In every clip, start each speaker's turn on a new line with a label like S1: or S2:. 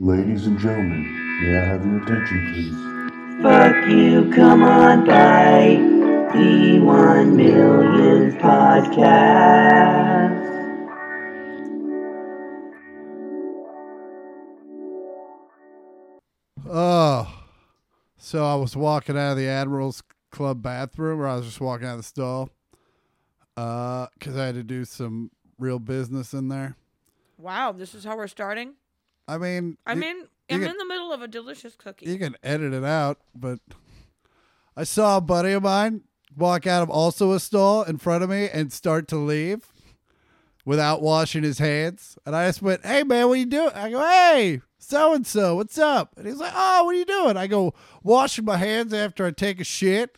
S1: Ladies and gentlemen, may I have your attention, please?
S2: Fuck you, come on by the One Million Podcast.
S3: Oh, so I was walking out of the Admirals Club bathroom, or I was just walking out of the stall, because I had to do some real business in there.
S4: Wow, this is how we're starting.
S3: I mean,
S4: I'm
S3: you,
S4: in. I'm
S3: can-
S4: in the middle of a delicious cookie.
S3: you can edit it out, but I saw a buddy of mine walk out of also a stall in front of me and start to leave without washing his hands, and I just went, "Hey man, what are you doing?" I go, "Hey." So and so, what's up? And he's like, "Oh, what are you doing?" I go, "Washing my hands after I take a shit."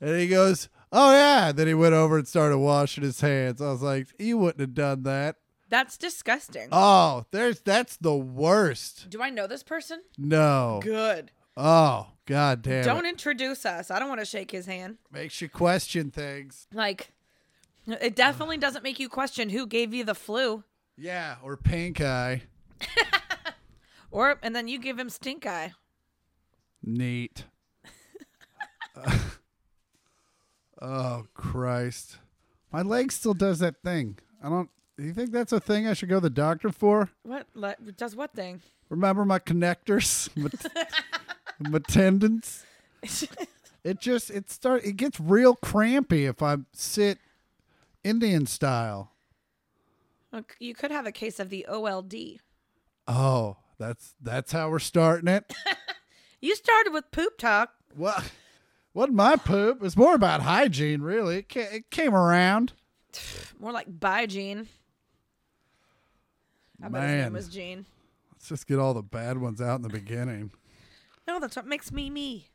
S3: And he goes, Oh, yeah. Then he went over and started washing his hands. I was like, You wouldn't have done that.
S4: That's disgusting.
S3: Oh, there's that's the worst.
S4: Do I know this person?
S3: No.
S4: Good.
S3: Oh, god damn.
S4: Don't
S3: it.
S4: introduce us. I don't want to shake his hand.
S3: Makes you question things.
S4: Like, it definitely doesn't make you question who gave you the flu,
S3: Yeah, or pink eye.
S4: or and then you give him stink eye.
S3: Neat. oh Christ. My leg still does that thing. I don't do you think that's a thing I should go to the doctor for?
S4: What le- does what thing?
S3: Remember my connectors? My, my tendons? It just it start it gets real crampy if I sit Indian style.
S4: Look, you could have a case of the OLD.
S3: Oh, that's that's how we're starting it.
S4: You started with poop talk.
S3: Well, wasn't my poop. It's more about hygiene, really. It came, it came around.
S4: More like bye, Gene. I bet his
S3: Man.
S4: name was Gene.
S3: Let's just get all the bad ones out in the beginning.
S4: No, that's what makes me me.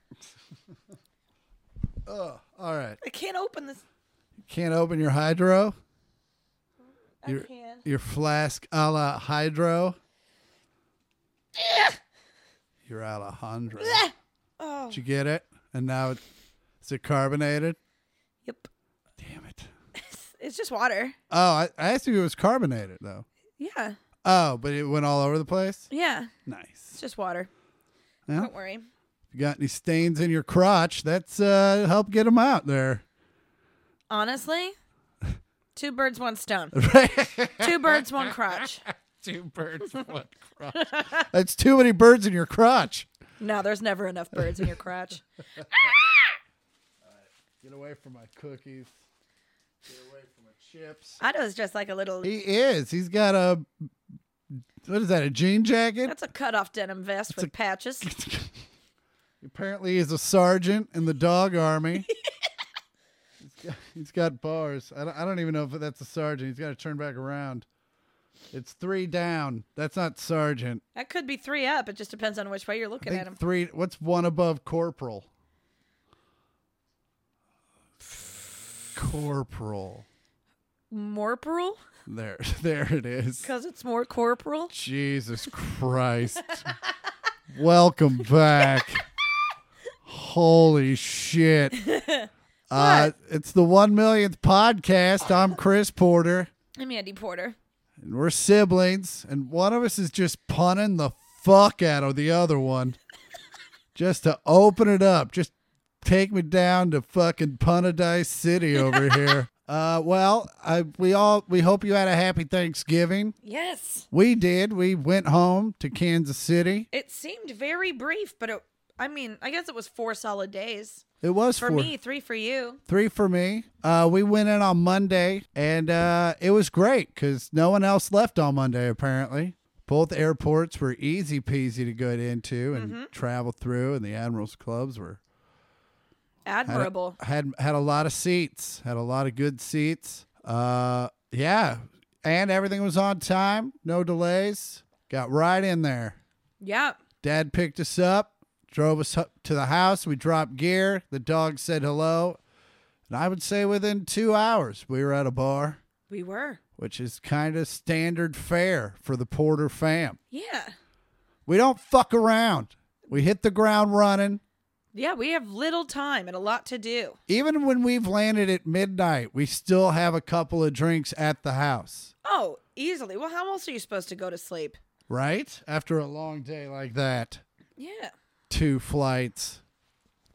S3: All right,
S4: I can't open this.
S3: can't open your hydro.
S4: I
S3: You're-
S4: can.
S3: Your flask a la hydro. You're Alejandro.
S4: Oh.
S3: Did you get it? And now it's is it carbonated?
S4: Yep.
S3: Damn it.
S4: It's just water.
S3: Oh, I, I asked if it was carbonated though.
S4: Yeah.
S3: Oh, but it went all over the place.
S4: Yeah. It's
S3: Nice.
S4: just water.
S3: Yeah.
S4: Don't worry.
S3: You got any stains in your crotch? That's uh help get them out there.
S4: Honestly, two birds, one stone. two birds, one crotch.
S3: Two birds, one crotch. That's too many birds in your crotch.
S4: No, there's never enough birds in your crotch.
S3: Get away from my cookies. Get away from my chips.
S4: Otto's just like a little.
S3: He is. He's got a what is that? A jean jacket?
S4: That's a cut off denim vest with patches.
S3: Apparently, he's a sergeant in the dog army. he's, got, he's got bars. I don't, I don't even know if that's a sergeant. He's got to turn back around. It's three down. That's not sergeant.
S4: That could be three up. It just depends on which way you're
S3: I
S4: looking at him.
S3: think three. What's one above corporal? Corporal.
S4: Morporal?
S3: There, there it is.
S4: Because it's more corporal.
S3: Jesus Christ. Welcome back. Holy shit. Uh, it's the one millionth podcast. I'm Chris Porter,
S4: I'm Andy Porter.
S3: and we're siblings, and one of us is just punning the fuck out of the other one just to open it up. Just take me down to fucking Punadice City over here. Uh, well, I, we all we hope you had a happy Thanksgiving.
S4: Yes.
S3: We did. We went home to Kansas City.
S4: It seemed very brief, but it, I mean, I guess it was four solid days.
S3: It was
S4: For
S3: four-
S4: me, three for you.
S3: Three for me. Uh, we went in on Monday, and uh, it was great because no one else left on Monday, apparently. Both airports were easy peasy to go into and travel through, and the Admirals Clubs were had,
S4: Admirable.
S3: had had a lot of seats, had a lot of good seats. Uh, yeah, and everything was on time, no delays. Got right in there.
S4: Yeah.
S3: Dad picked us up, drove us up to the house. We dropped gear. The dog said hello. And I would say within two hours, we were at a bar,
S4: We were.
S3: which is kind of standard fare for the Porter fam.
S4: Yeah.
S3: We don't fuck around. We hit the ground running.
S4: Yeah, we have little time and a lot to do.
S3: Even when we've landed at midnight, we still have a couple of drinks at the house.
S4: Oh, easily. Well, how else are you supposed to go to sleep?
S3: right? After a long day like that,
S4: Yeah.
S3: two flights,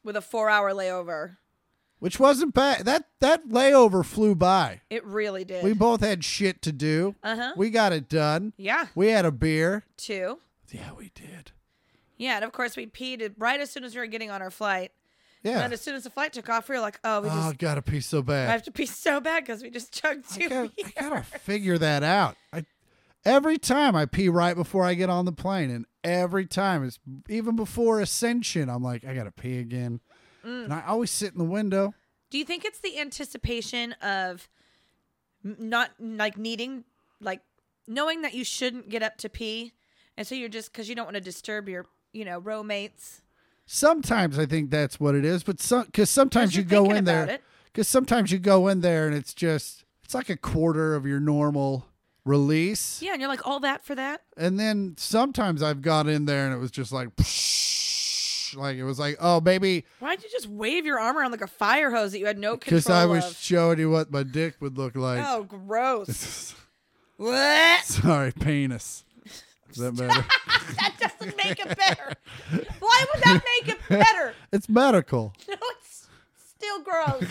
S4: With a four hour layover.
S3: which wasn't bad. That that layover flew by.
S4: It really did.
S3: We both had shit to do.
S4: Uh-huh.
S3: We got it done.
S4: yeah.
S3: We had a beer.
S4: Two.
S3: Yeah, we did.
S4: Yeah. And of course, we peed right as soon as we were getting on our flight.
S3: Yeah.
S4: And as soon as the flight took off, we were like, oh, we
S3: oh,
S4: just,
S3: got a piece so bad.
S4: I have to pee so bad because we just chugged
S3: I
S4: two
S3: gotta,
S4: beers.
S3: I gotta figure that out. I every time I pee right before I get on the plane, and every time it's even before ascension, I'm like, I gotta pee again.
S4: Mm.
S3: And I always sit in the window.
S4: Do you think it's the anticipation of n- not like needing, like knowing that you shouldn't get up to pee, and so you're just because you don't want to disturb your, you know, roommates?
S3: Sometimes I think that's what it is, but some because sometimes you
S4: you're
S3: go
S4: thinking
S3: in
S4: about
S3: there
S4: it.
S3: because sometimes you go in there and it's just it's like a quarter of your normal release.
S4: Yeah, and you're like all that for that.
S3: And then sometimes I've got in there and it was just like, like it was like, oh, maybe
S4: Why'd you just wave your arm around like a fire hose that you had no control
S3: because I was
S4: of?
S3: showing you what my dick would look like.
S4: Oh, gross. Blech.
S3: Sorry, penis. Does that matter?
S4: that doesn't make it better. Why would that make it better?
S3: it's medical.
S4: No, it's still gross.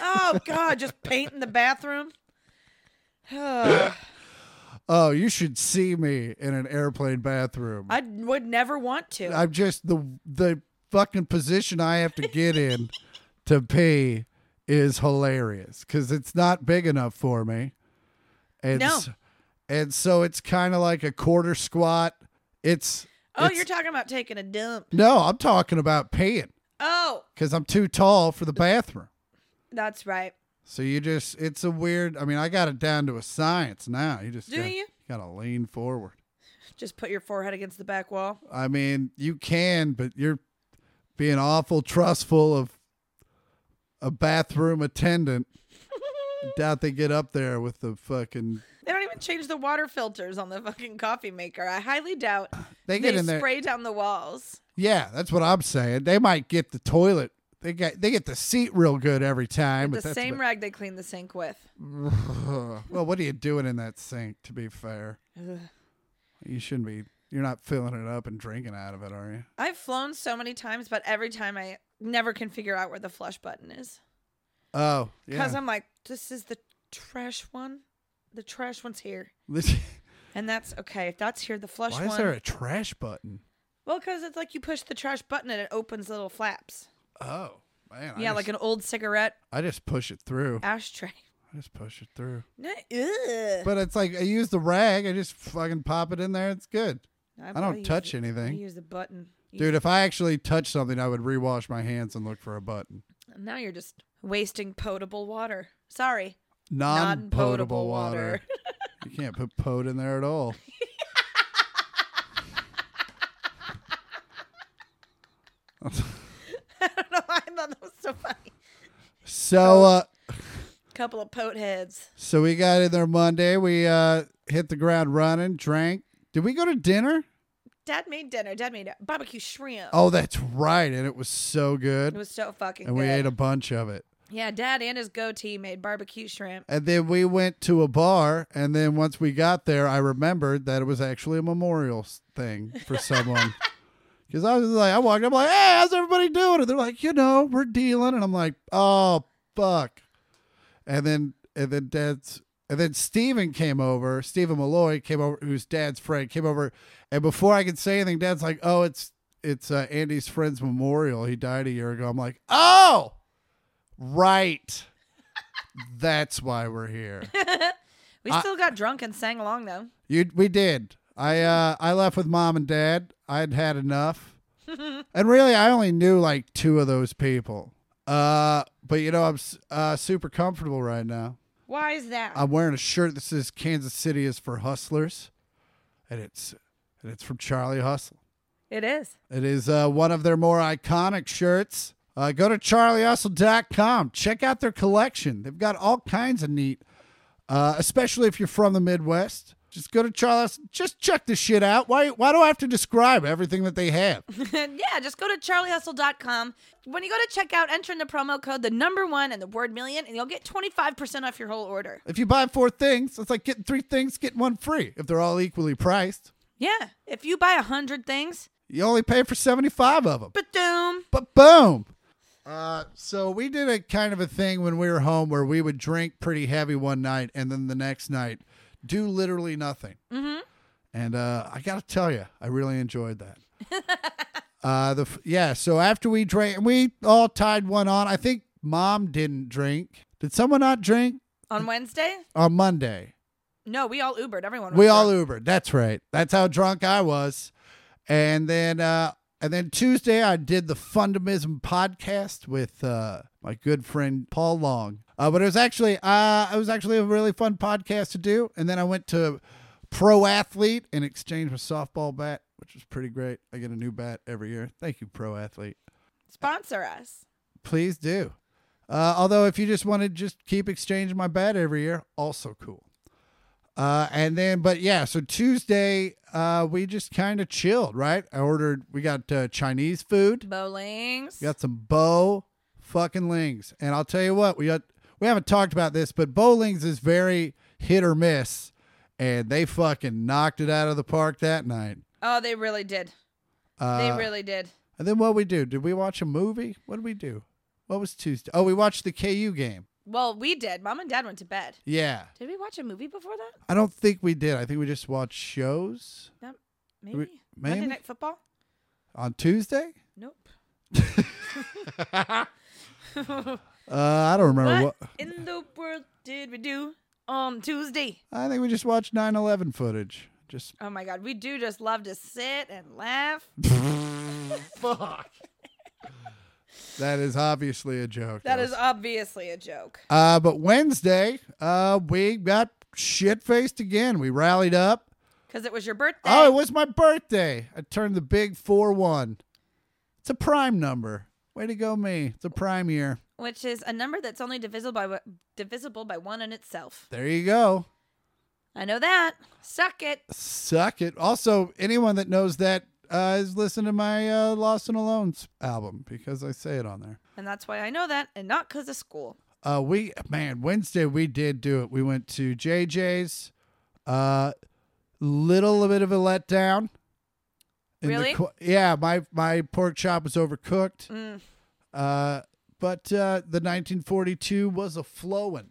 S4: Oh God, just paint in the bathroom. Oh,
S3: Oh, you should see me in an airplane bathroom.
S4: I would never want to.
S3: I'm just the the fucking position I have to get in to pee is hilarious because it's not big enough for me. And
S4: No.
S3: s- and so it's kind of like a quarter squat. It's
S4: oh,
S3: it's-
S4: you're talking about taking a dump.
S3: no, I'm talking about peeing
S4: Oh,
S3: because I'm too tall for the bathroom.
S4: that's right.
S3: So you just it's a weird. I mean, I got it down to a science now. You just
S4: Do
S3: gotta,
S4: you?
S3: gotta lean forward.
S4: Just put your forehead against the back wall.
S3: I mean, you can, but you're being awful trustful of a bathroom attendant. Doubt they get up there with the fucking.
S4: They don't even change the water filters on the fucking coffee maker. I highly doubt
S3: They
S4: they
S3: get in there.
S4: spray down the walls.
S3: yeah, that's what I'm saying. They might get the toilet. They get they get the seat real good every time.
S4: The
S3: but that's
S4: same
S3: about-
S4: rag they clean the sink with.
S3: well, what are you doing in that sink? To be fair,
S4: Ugh.
S3: you shouldn't be. You're not filling it up and drinking out of it, are you?
S4: I've flown so many times, but every time I never can figure out where the flush button is.
S3: Oh,
S4: Because
S3: yeah.
S4: I'm like, this is the trash one. The trash one's here. And that's okay. If that's here, the flush
S3: Why
S4: one.
S3: is there a trash button?
S4: well, because it's like you push the trash button and it opens little flaps.
S3: Oh man, I
S4: yeah,
S3: just-
S4: like an old cigarette
S3: I just push it through.
S4: ashtray.
S3: I just push it through.
S4: No, ugh.
S3: But it's like I use the rag. I just fucking pop it in there. It's good, I don't
S4: use
S3: touch
S4: the-
S3: anything.
S4: I use the button. You-
S3: dude. If I actually touch something, I would rewash my hands and look for a button.
S4: Now you're just wasting potable water. Sorry.
S3: Non-potable water. you can't put pot in there at all.
S4: I don't know why I thought that was so funny.
S3: So, uh,
S4: Couple of pot heads.
S3: so we got in there Monday. We uh hit the ground running. Drank. Did we go to dinner?
S4: Dad made dinner. Dad made barbecue shrimp.
S3: Oh, that's right. And it was so
S4: It
S3: good.
S4: was so fucking
S3: And
S4: good.
S3: we ate a bunch of it.
S4: yeah, Dad and his goatee made barbecue shrimp.
S3: And then we went to a bar, and then once we got there, I remembered that it was actually a memorial s- thing for someone. Because I was like, I walked up like, hey, how's everybody doing? And they're like, you know, we're dealing, and I'm like, oh fuck. And then and then dad's and then Steven came over, Stephen Malloy came over, who's dad's friend, came over, and before I could say anything, dad's like, oh, it's it's uh, Andy's friend's memorial. He died a year ago. I'm like, oh, right. That's why we're here.
S4: We still got drunk and sang along though.
S3: You, we did. I, uh, I left with mom and dad. I'd had enough, and really, I only knew like two of those people. Uh, but you know, I'm s- uh, super comfortable right now.
S4: Why is that?
S3: I'm wearing a shirt that says "Kansas City is for hustlers," and it's and it's from Charlie Hustle.
S4: it is.
S3: It is uh, one of their more iconic shirts. Uh, go to charliehustle.com. Check out their collection. They've got all kinds of neat, uh, especially if you're from the Midwest. Just go to Charlie. Hustle. Just check this shit out. Why, why do I have to describe everything that they have?
S4: yeah, just go to charliehustle.com. When you go to checkout, enter in the promo code the number one and the word million, and you'll get 25% off your whole order.
S3: If you buy four things, it's like getting three things, getting one free if they're all equally priced.
S4: Yeah. If you buy a hundred things,
S3: You only pay for 75 of them.
S4: boom.
S3: But boom. Uh, so we did a kind of a thing when we were home where we would drink pretty heavy one night and then the next night do literally nothing. Mm-hmm. And uh, I got to tell you, I really enjoyed that. uh, the f- yeah. So after we drank, we all tied one on. I think mom didn't drink. Did someone not drink
S4: On Wednesday?
S3: on Monday?
S4: No, we all Ubered. Everyone. was
S3: We all
S4: drunk.
S3: Ubered. That's right. That's how drunk I was. And then uh and then Tuesday I did the Fundamentalism podcast with uh my good friend Paul Long. Uh, but it was actually uh it was actually a really fun podcast to do. And then I went to Pro Athlete and exchanged my softball bat, which was pretty great. I get a new bat every year. Thank you, Pro Athlete.
S4: sponsor us.
S3: Please do. Uh, although if you just want to just keep exchanging my bat every year, also cool. Uh, and then, but yeah, so Tuesday uh, we just kind of chilled, right? I ordered, we got uh, Chinese food,
S4: Bowlings.
S3: we got some bo fucking lings, and I'll tell you what, we got we haven't talked about this, but bowlings is very hit or miss, and they fucking knocked it out of the park that night.
S4: Oh, they really did.
S3: Uh,
S4: They really did.
S3: And then what we do? Did we watch a movie? What did we do? What was Tuesday? Oh, we watched the KU game.
S4: Well, we did. Mom and Dad went to bed.
S3: Yeah.
S4: Did we watch a movie before that?
S3: I don't think we did. I think we just watched shows
S4: No, maybe.
S3: we-
S4: Monday
S3: maybe?
S4: Night Football?
S3: on Tuesday.
S4: Nope.
S3: Uh, I don't remember
S4: What
S3: what.
S4: in the world did we do on Tuesday?
S3: I think we just watched 9 11 footage. Just
S4: Oh my God, we do just love to sit and laugh.
S3: fuck. that is obviously a joke.
S4: That is obviously a joke.
S3: Uh, but Wednesday, uh, we got shit faced again. We rallied up.
S4: Because it was your birthday.
S3: Oh, it was my birthday. I turned the big 4 1. It's a prime number. Way to go, me. It's a prime year.
S4: which is a number that's only divisible by wa- divisible by one in itself.
S3: There you go.
S4: I know that. Suck it.
S3: Suck it. Also, anyone that knows that uh, is listening to my uh, Lost and Alone's album because I say it on there.
S4: And that's why I know that, and not because of school.
S3: Uh, we man, Wednesday we did do it. We went to JJ's. Uh, little bit of a letdown. In the
S4: Really?
S3: qu- yeah, my my pork chop was overcooked.
S4: Mm.
S3: Uh, but uh, the 1942 was a flowing.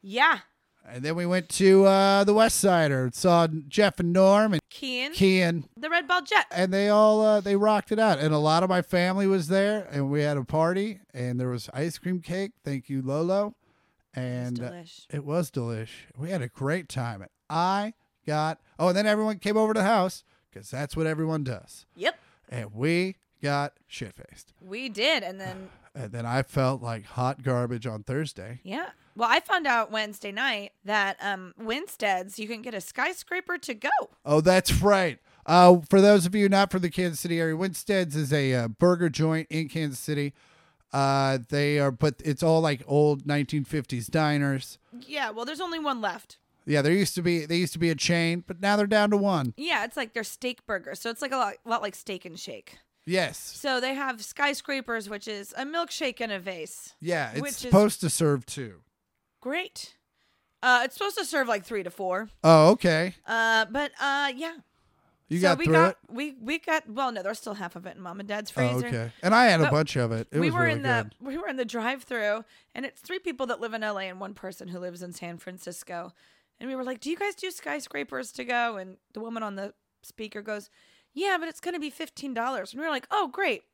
S4: Yeah.
S3: And then we went to uh, the West Sider, and saw Jeff and Norm and
S4: Keen.
S3: Kean
S4: The Red Ball Jet.
S3: and they all uh, they rocked it out and a lot of my family was there and we had a party and there was ice cream cake thank you lolo and uh,
S4: delish.
S3: it was delish we had a great time and i got oh and then everyone came over to the house because that's what everyone does
S4: Yep.
S3: and we got shit faced
S4: We did. And then,
S3: and then i felt like hot garbage on thursday
S4: yeah. Well, I found out Wednesday night that um, Winstead's, you can get a skyscraper to go.
S3: Oh, that's right. Uh, for those of you not from the Kansas City area, Winstead's is a uh, burger joint in Kansas City. Uh, they are, but it's all like old 1950s diners.
S4: Yeah. Well, there's only one left.
S3: Yeah, there used to be they used to be a chain, but now they're down to one.
S4: Yeah. It's like their steak burger. So it's like a lot, lot like steak and shake.
S3: Yes,
S4: So they have skyscrapers, which is a milkshake in a vase.
S3: yeah, it's
S4: Which is-
S3: supposed to serve two.
S4: Great. Uh, it's supposed to serve like three to four.
S3: Oh, okay,
S4: Uh, but uh, yeah.
S3: you
S4: so
S3: got
S4: we
S3: through
S4: got
S3: it.
S4: we we got well no there's still half of it in mom and dad's
S3: Oh,
S4: freezer.
S3: okay, and I had a
S4: But
S3: bunch of it. It
S4: we
S3: was
S4: were
S3: really
S4: in the
S3: good.
S4: we were in the drive-through and it's three people that live in LA and one person who lives in San Francisco. And we were like, "Do you guys do skyscrapers to go?" And the woman on the speaker goes, "Yeah, but it's going to be $15." And we were like, "Oh, great."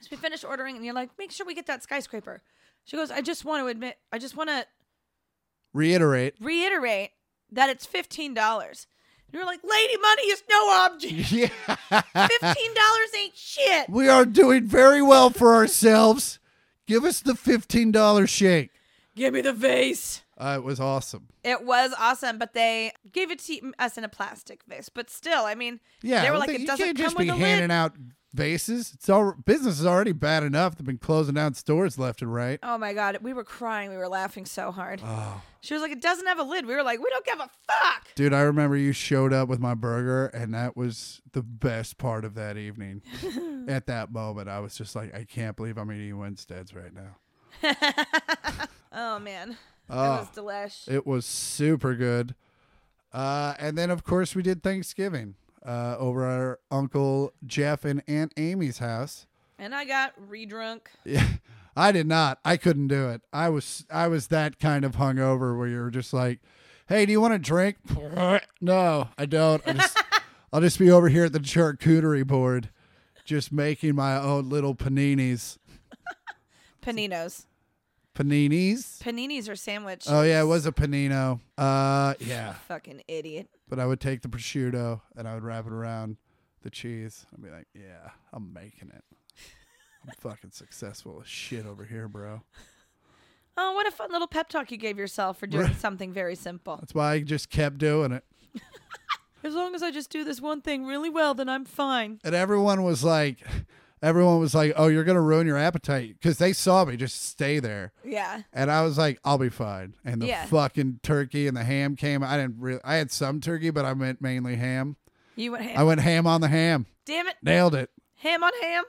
S4: So we finished ordering and you're like, "Make sure we get that skyscraper." She goes, "I just want to admit, I just want to
S3: Reiterate.
S4: reiterate that it's fifteen dollars. You're like, lady, money is no object.
S3: Yeah,
S4: Fifteen dollars ain't shit.
S3: we are doing very well for ourselves. Give us the fifteen dollar shake.
S4: Give me the vase.
S3: Uh, it was awesome.
S4: It was awesome, but they gave it to us in a plastic vase. But still, I mean,
S3: Yeah,
S4: they were
S3: well,
S4: like,
S3: they-
S4: it
S3: you
S4: doesn't
S3: can't
S4: come
S3: just
S4: with
S3: be
S4: a
S3: handing
S4: lid.
S3: out vases. It's all business is already bad enough. They've been closing down stores left and right.
S4: Oh my god, we were crying. We were laughing so hard.
S3: Oh,
S4: She was like, it doesn't have a lid. We were like, we don't give a fuck.
S3: dude, I remember you showed up with my burger, and that was the best part of that evening. At that moment, I was just like, I can't believe I'm eating Winsteads right now.
S4: Oh man,
S3: Oh.
S4: that was delish.
S3: It was super good. Uh, and then, of course, we did Thanksgiving. uh, over at our uncle Jeff and Aunt Amy's house.
S4: And I got redrunk.
S3: Yeah, I did not. I couldn't do it. I was I was that kind of hungover where you're just like, "Hey, do you want a drink?" No, I don't. I just, I'll just be over here at the charcuterie board, just making my own little paninis.
S4: Paninos.
S3: Paninis.
S4: Paninis are sandwich.
S3: Oh yeah, it was a panino. Uh, yeah.
S4: Fucking idiot.
S3: But I would take the prosciutto and I would wrap it around the cheese. I'd be like, yeah, I'm making it. I'm fucking successful as shit over here, bro.
S4: Oh, what a fun little pep talk you gave yourself for doing something very simple.
S3: That's why I just kept doing it.
S4: As long as I just do this one thing really well, then I'm fine.
S3: And everyone was like, everyone was like, oh, you're gonna ruin your appetite because they saw me just stay there.
S4: Yeah.
S3: And I was like, I'll be fine. And the
S4: Yeah.
S3: fucking turkey and the ham came. I didn't really. I had some turkey, but I meant mainly ham.
S4: You went ham.
S3: I went ham on the ham.
S4: Damn it.
S3: Nailed it.
S4: Ham on ham.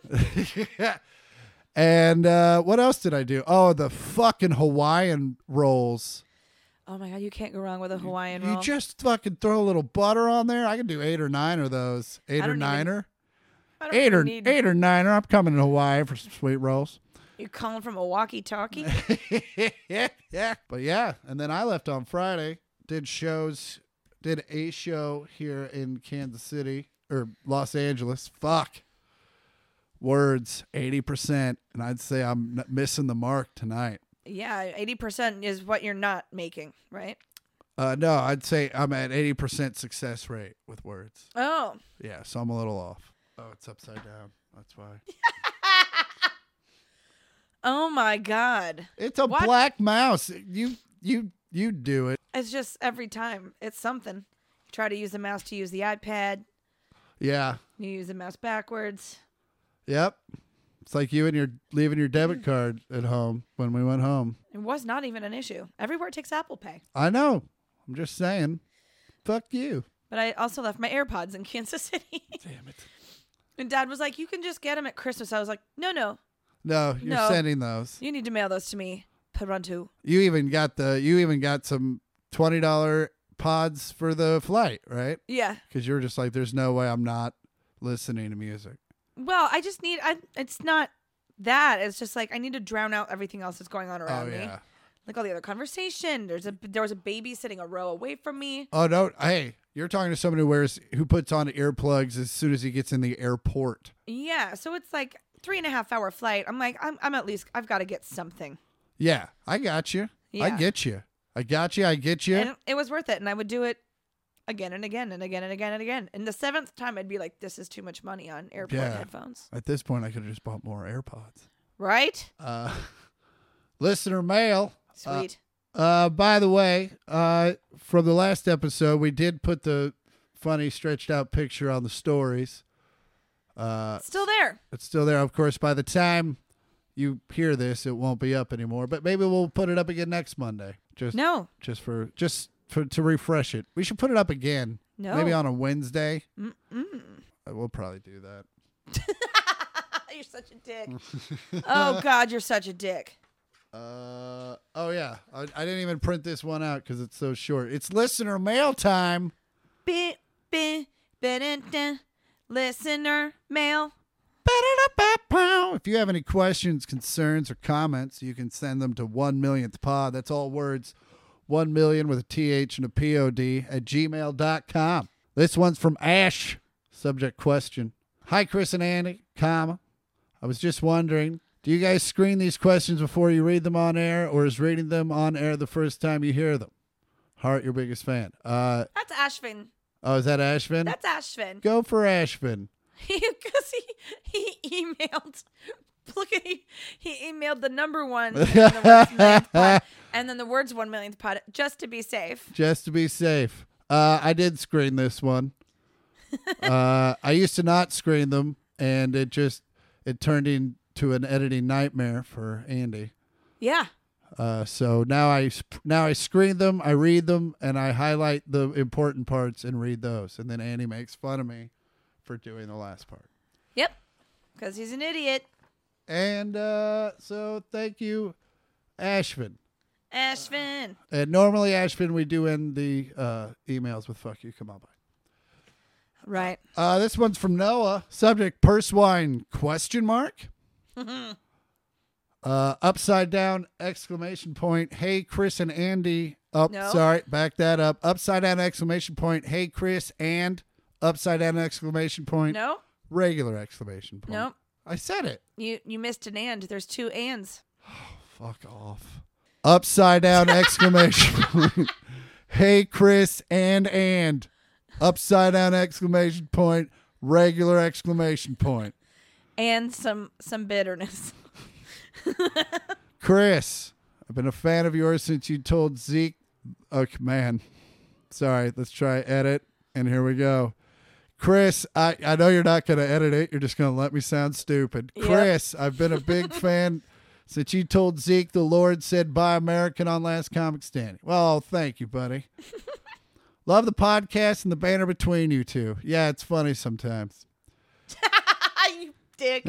S3: And uh, what else did I do? Oh, the fucking Hawaiian rolls.
S4: Oh my god, you can't go wrong with a Hawaiian
S3: You
S4: roll.
S3: just fucking throw a little butter on there. I can do eight or nine of those. Eight
S4: I
S3: or
S4: don't even-
S3: niner.
S4: I don't
S3: Eight or
S4: need-
S3: eight or niner. I'm coming to Hawaii for some sweet rolls.
S4: You calling from a walkie-talkie?
S3: yeah, yeah. But yeah, and then I left on Friday. Did shows. Did a show here in Kansas City or Los Angeles. Fuck. Words eighty percent, and I'd say I'm n- missing the mark tonight.
S4: yeah, eighty percent is what you're not making, right?
S3: Uh, no, I'd say I'm at eighty percent success rate with words.
S4: Oh,
S3: Yeah, so I'm a little off. Oh, it's upside down. That's why.
S4: oh my god,
S3: It's a
S4: What?
S3: black mouse. You you you do it.
S4: it's just every time it's something. You try to use the mouse to use the iPad.
S3: Yeah.
S4: You use the mouse backwards.
S3: Yep. It's like you and your leaving your debit
S4: Mm.
S3: card at home when we went home.
S4: It was not even an issue. Everywhere takes Apple Pay.
S3: I know. I'm just saying. Fuck you.
S4: But I also left my AirPods in Kansas City.
S3: Damn it.
S4: and Dad was like, "You can just get them at Christmas." I was like, "No, no,
S3: No, you're
S4: No.
S3: sending those.
S4: you need to mail those to me, Pronto."
S3: You even got the you even got some twenty dollar pods for the flight, right?
S4: Yeah.
S3: Because you were just like, there's no way I'm not listening to music.
S4: Well, I just need. I. It's not that. It's just like I need to drown out everything else that's going on around
S3: oh
S4: me.
S3: yeah.
S4: Like all the other conversation. There's a there was a baby sitting a row away from me.
S3: Oh no! Hey, you're talking to somebody who wears who puts on earplugs as soon as he gets in the airport.
S4: Yeah. So it's like three and a half hour flight. I'm like I'm I'm at least I've got to get something.
S3: Yeah, I got you. I
S4: Yeah.
S3: get you. I got you. I get you.
S4: And it was worth it, and I would do it again and again and again and again and again. And the seventh time, I'd be like, "This is too much money on airport
S3: Yeah.
S4: headphones."
S3: At this point, I could have just bought more AirPods.
S4: Right?
S3: Uh, listener mail. Uh,
S4: Sweet.
S3: Uh, by the way, uh, from the last episode, we did put the funny stretched out picture on the stories. Uh,
S4: Still there.
S3: it's still there, of course. By the time you hear this, it won't be up anymore. But maybe we'll put it up again next Monday. Just
S4: No.
S3: just for just for to refresh it. We should put it up again.
S4: No.
S3: Maybe on a Wednesday. Mm-mm. We'll probably do that.
S4: you're such a dick. oh God, you're such a dick.
S3: Uh oh yeah, I, I didn't even print this one out because it's so short. It's listener mail time.
S4: Beep, beep, ba-dun-dun. listener mail.
S3: If you have any questions, concerns, or comments, you can send them to one millionth pod. That's all words, one million with a th and a pod at gmail.com. This one's from Ash. Subject question: Hi Chris and Andy, comma. I was just wondering, do you guys screen these questions before you read them on air, or is reading them on air the first time you hear them? Heart, your biggest fan. Uh,
S4: That's Ashvin.
S3: oh, is that Ashvin?
S4: That's Ashvin.
S3: Go for Ashvin.
S4: Because he, he emailed. Look at he, he emailed the number one and then the words millionth pot, and then the words one millionth pot just to be safe.
S3: just to be safe. Uh, I did screen this one. uh, I used to not screen them, and it just it turned into an editing nightmare for Andy.
S4: Yeah.
S3: Uh, so now I sp- now I screen them, I read them, and I highlight the important parts and read those, and then Andy makes fun of me for doing the last part.
S4: Yep. Because he's an idiot.
S3: And uh, so thank you, Ashvin.
S4: Ashvin.
S3: And normally, Ashvin, we do end the uh, emails with "fuck you, come on by."
S4: Right.
S3: Uh, this one's from Noah. Subject: Purse wine? Question mark. uh, upside down! Exclamation point! Hey, Chris and Andy. Oh,
S4: No.
S3: sorry. Back that up. Upside down! Exclamation point! Hey, Chris and upside down! Exclamation point!
S4: No.
S3: Regular exclamation point.
S4: Nope.
S3: I said it.
S4: You you missed an and. There's two ands.
S3: Fuck off. Upside down exclamation point. Hey Chris and and upside down exclamation point regular exclamation point.
S4: and some some bitterness.
S3: Chris, I've been a fan of yours since you told Zeke. Oh man, sorry. Let's try edit, and here we go. Chris, I, I know you're not going to edit it. You're just going to let me sound stupid.
S4: Yep.
S3: Chris, I've been a big fan since you told Zeke the Lord said buy American on Last Comic Standing. Well, thank you, buddy. Love the podcast and the banner between you two. Yeah, it's funny sometimes.
S4: you dick.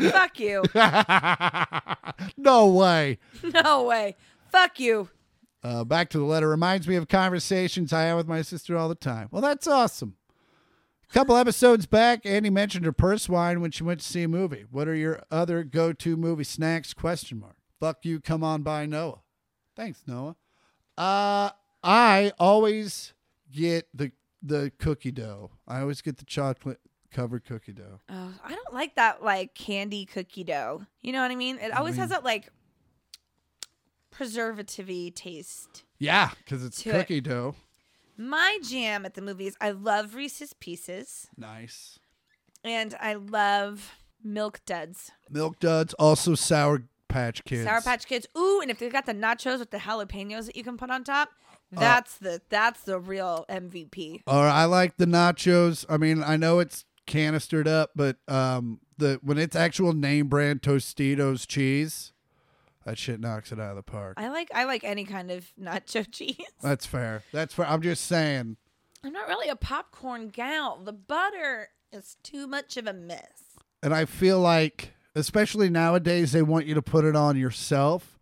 S4: Fuck you.
S3: no way.
S4: No way. Fuck you.
S3: Uh, back to the letter. Reminds me of conversations I have with my sister all the time. Well, that's awesome. A couple episodes back, Andy mentioned her purse wine when she went to see a movie. What are your other go-to movie snacks? Question mark. Fuck you. Come on by Noah. Thanks, Noah. Uh, I always get the the cookie dough. I always get the chocolate covered cookie dough.
S4: Oh, I don't like that like candy cookie dough. You know what I mean? It always has that like preservative taste.
S3: Yeah, because it's
S4: To it.
S3: cookie dough.
S4: My jam at the movies, I love Reese's Pieces
S3: Nice.
S4: and I love Milk Duds.
S3: Milk duds. Also sour patch kids.
S4: Sour Patch Kids. Ooh, and if they've got the nachos with the jalapenos that you can put on top, that's the that's the real MVP.
S3: Or I like the nachos. I mean, I know it's canistered up, but um, the when it's actual name brand Tostitos cheese, that shit knocks it out of the park.
S4: I like I like any kind of nacho cheese.
S3: That's fair. That's fair. I'm just saying.
S4: I'm not really a popcorn gal. The butter is too much of a mess.
S3: And I feel like, especially nowadays, they want you to put it on yourself.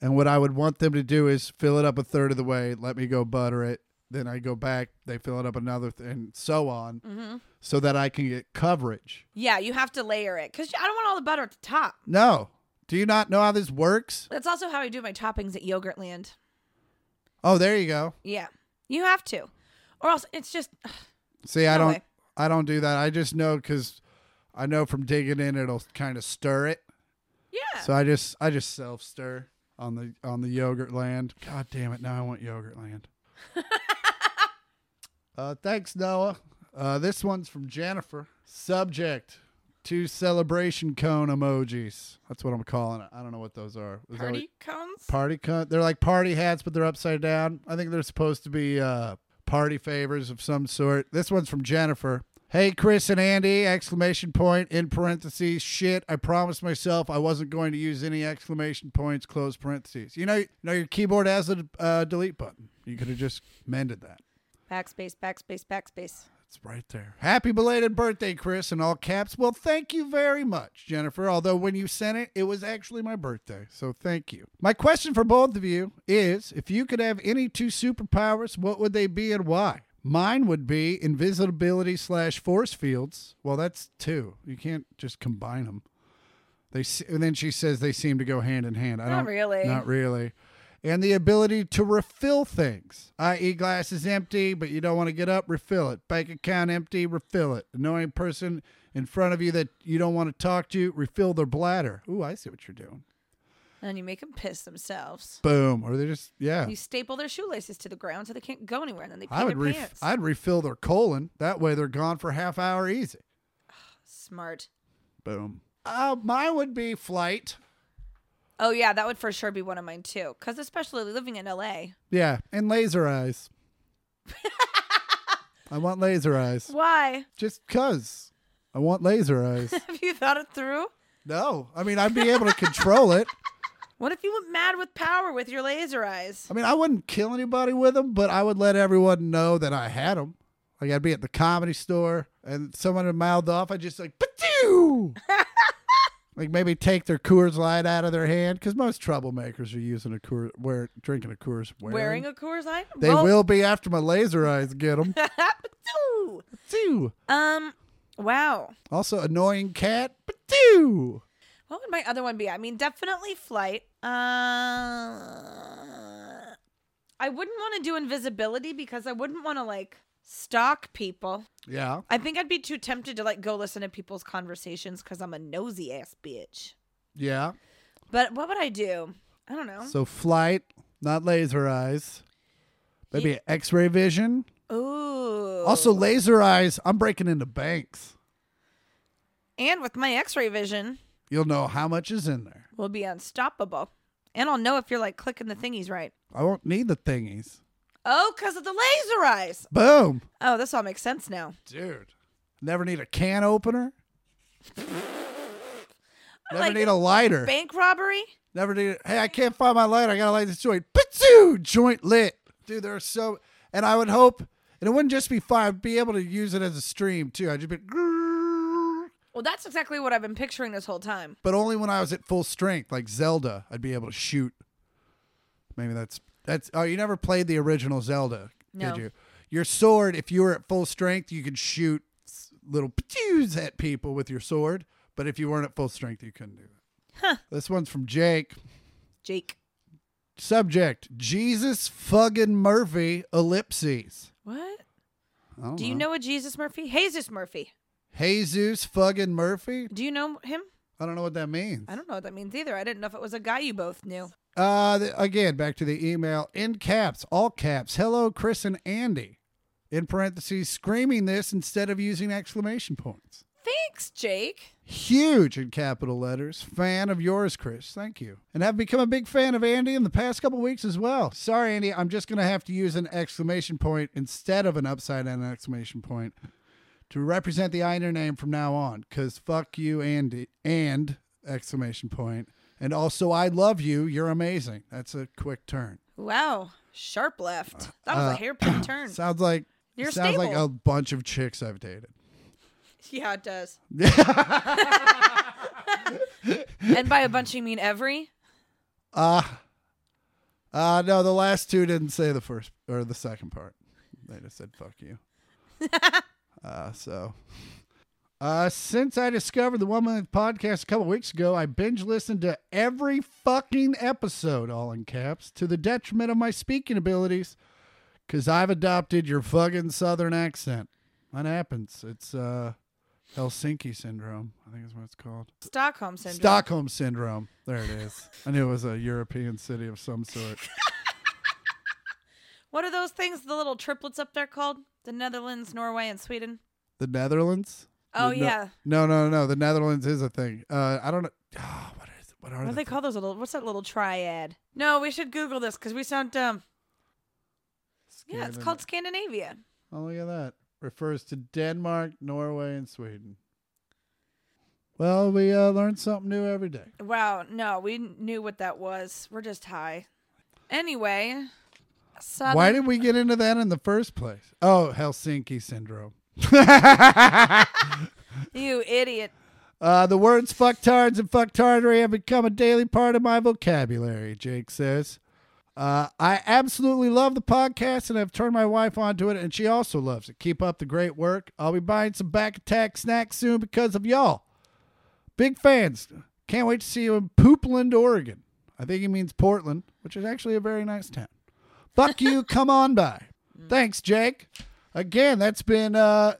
S3: And what I would want them to do is fill it up a third of the way, let me go butter it. Then I go back, they fill it up another, th- and so on, so that I can get coverage.
S4: Yeah, you have to layer it because I don't want all the butter at the top.
S3: No. Do you not know how this works?
S4: That's also how I do my toppings at Yogurtland.
S3: Oh, there you go.
S4: Yeah, you have to, or else it's just
S3: See, I
S4: No
S3: don't,
S4: way.
S3: I don't do that. I just know because I know from digging in, it'll kind of stir it.
S4: yeah.
S3: So I just, I just self stir on the on the yogurt land. God damn it! Now I want yogurt land. uh, thanks, Noah. Uh, this one's from Jennifer. Subject: Two celebration cone emojis. That's what I'm calling it. I don't know what those are. Is that what-
S4: Party cones.
S3: party cone? They're like party hats, but they're upside down. I think they're supposed to be uh, party favors of some sort. This one's from Jennifer. Hey, Chris and Andy! Exclamation point in parentheses. Shit! I promised myself I wasn't going to use any exclamation points. Close parentheses. You know, you know your keyboard has a uh, delete button. You could have just mended that.
S4: backspace, backspace, backspace.
S3: It's right there. Happy belated birthday, Chris, in all caps. Well, thank you very much, Jennifer. Although when you sent it, it was actually my birthday. So thank you. My question for both of you is if you could have any two superpowers, what would they be and why? Mine would be invisibility slash force fields. Well, that's two. You can't just combine them. They s- and then she says they seem to go hand in hand. I
S4: Not
S3: don't
S4: really.
S3: Not really. And the ability to refill things, i.e., glass is empty, but you don't want to get up, refill it. Bank account empty, refill it. Annoying person in front of you that you don't want to talk to, refill their bladder. Ooh, I see what you're doing.
S4: And you make them piss themselves.
S3: Boom. Or they just yeah.
S4: You staple their shoelaces to the ground so they can't go anywhere, and then they pee
S3: I would
S4: their
S3: ref-
S4: pants.
S3: I'd refill their colon. That way they're gone for half hour easy.
S4: Smart.
S3: Boom. Uh, mine would be flight.
S4: Oh yeah, that would for sure be one of mine too. Because especially living in LA.
S3: Yeah, and laser eyes. I want laser eyes.
S4: Why?
S3: Just cuz I want laser eyes.
S4: Have you thought it through?
S3: No, I mean I'd be able to control it.
S4: What if you went mad with power with your laser eyes?
S3: I mean I wouldn't kill anybody with them, but I would let everyone know that I had them. Like I'd be at the comedy store and someone would mouth off. I would just like, "Patoo!" Like maybe take their Coors Light out of their hand because most troublemakers are using a Coors, wear, drinking a Coors, wearing,
S4: Wearing a Coors Light.
S3: They
S4: Roll-
S3: will be after my laser eyes get them
S4: Patoo.
S3: too.
S4: um. Wow.
S3: Also, annoying cat, but too.
S4: What would my other one be? I mean, definitely flight. Uh, I wouldn't want to do invisibility because I wouldn't want to like stalk people.
S3: Yeah,
S4: I think I'd be too tempted to like go listen to people's conversations because I'm a nosy ass bitch.
S3: yeah.
S4: But what would I do? I don't know.
S3: So flight, not laser eyes. Maybe X-ray vision.
S4: Ooh.
S3: Also, laser eyes. I'm breaking into banks.
S4: and with my X-ray vision,
S3: You'll know how much is in there.
S4: we'll be unstoppable. And I'll know if you're like clicking the thingies right.
S3: I won't need the thingies.
S4: Oh, because of the laser eyes.
S3: Boom,
S4: Oh, this all makes sense now.
S3: dude. Never need a can opener. Never
S4: Like-
S3: need a lighter.
S4: Bank robbery.
S3: Never did. Hey, I can't find my lighter. I gotta light this joint. Patoo! Joint lit. Dude, there are so. And I would hope, and it wouldn't just be fun. I'd be able to use it as a stream too. I'd just be, "Grrrr,"
S4: Well, that's exactly what I've been picturing this whole time.
S3: but only when I was at full strength, like Zelda. I'd be able to shoot. Maybe that's that's. Oh, you never played the original Zelda,
S4: No.
S3: did you? Your sword, if you were at full strength, you could shoot s- little patoos at people with your sword. But if you weren't at full strength, you couldn't do it.
S4: Huh.
S3: This one's from Jake.
S4: Jake.
S3: Subject: Jesus fucking Murphy ellipses.
S4: What?
S3: I don't
S4: Do you know a Jesus Murphy? Jesus Murphy.
S3: Jesus fucking Murphy?
S4: Do you know him?
S3: I don't know what that means.
S4: I don't know what that means either. I didn't know if it was a guy you both knew.
S3: Uh, th- again, back to the email in caps, all caps. Hello, Chris and Andy. In parentheses, screaming this instead of using exclamation points.
S4: Thanks, Jake.
S3: Huge in capital letters. Fan of yours, Chris. Thank you. And I've become a big fan of Andy in the past couple weeks as well. Sorry, Andy. I'm just going to have to use an exclamation point instead of an upside down exclamation point to represent the I in your name from now on. Because fuck you, Andy. And exclamation point. And also, I love you. You're amazing. That's a quick turn.
S4: Wow. Sharp left.
S3: Uh,
S4: That was a hairpin turn.
S3: Sounds like
S4: You're
S3: sounds like
S4: stable.
S3: a bunch of chicks I've dated.
S4: yeah, it does. and by a bunch, you mean every?
S3: Uh uh no, the last two didn't say the first or the second part. They just said fuck you. uh so uh since I discovered the One Month podcast a couple weeks ago, I binge listened to every fucking episode, all in caps, to the detriment of my speaking abilities. Cause I've adopted your fucking southern accent. That happens. It's uh Helsinki syndrome, I think is what it's called.
S4: Stockholm syndrome.
S3: Stockholm syndrome. There it is. I knew it was a European city of some sort.
S4: What are those things, the little triplets up there called? The Netherlands, Norway, and Sweden?
S3: The Netherlands.
S4: Oh,
S3: The no-
S4: yeah.
S3: No, no, no. The Netherlands is a thing. Uh, I don't know. Ah, what is? What are
S4: What do
S3: they?
S4: they call those little? What's that little triad? No, we should Google this because we sound dumb. Yeah, it's called Scandinavia.
S3: Oh, look at that. Refers to Denmark, Norway, and Sweden. Well, we uh, learn something new every day.
S4: Wow, no, we knew what that was. We're just high. Anyway, southern,
S3: Why did we get into that in the first place? Oh, Helsinki syndrome.
S4: you idiot?
S3: Uh, the words fucktards and fucktardery have become a daily part of my vocabulary, Jake says. Uh, I absolutely love the podcast and have turned my wife onto it, and she also loves it. Keep up the great work. I'll be buying some back attack snacks soon because of y'all. Big fans. Can't wait to see you in Poopland, Oregon. I think he means Portland, which is actually a very nice town. Fuck you. come on by. Thanks, Jake. Again, that's been uh,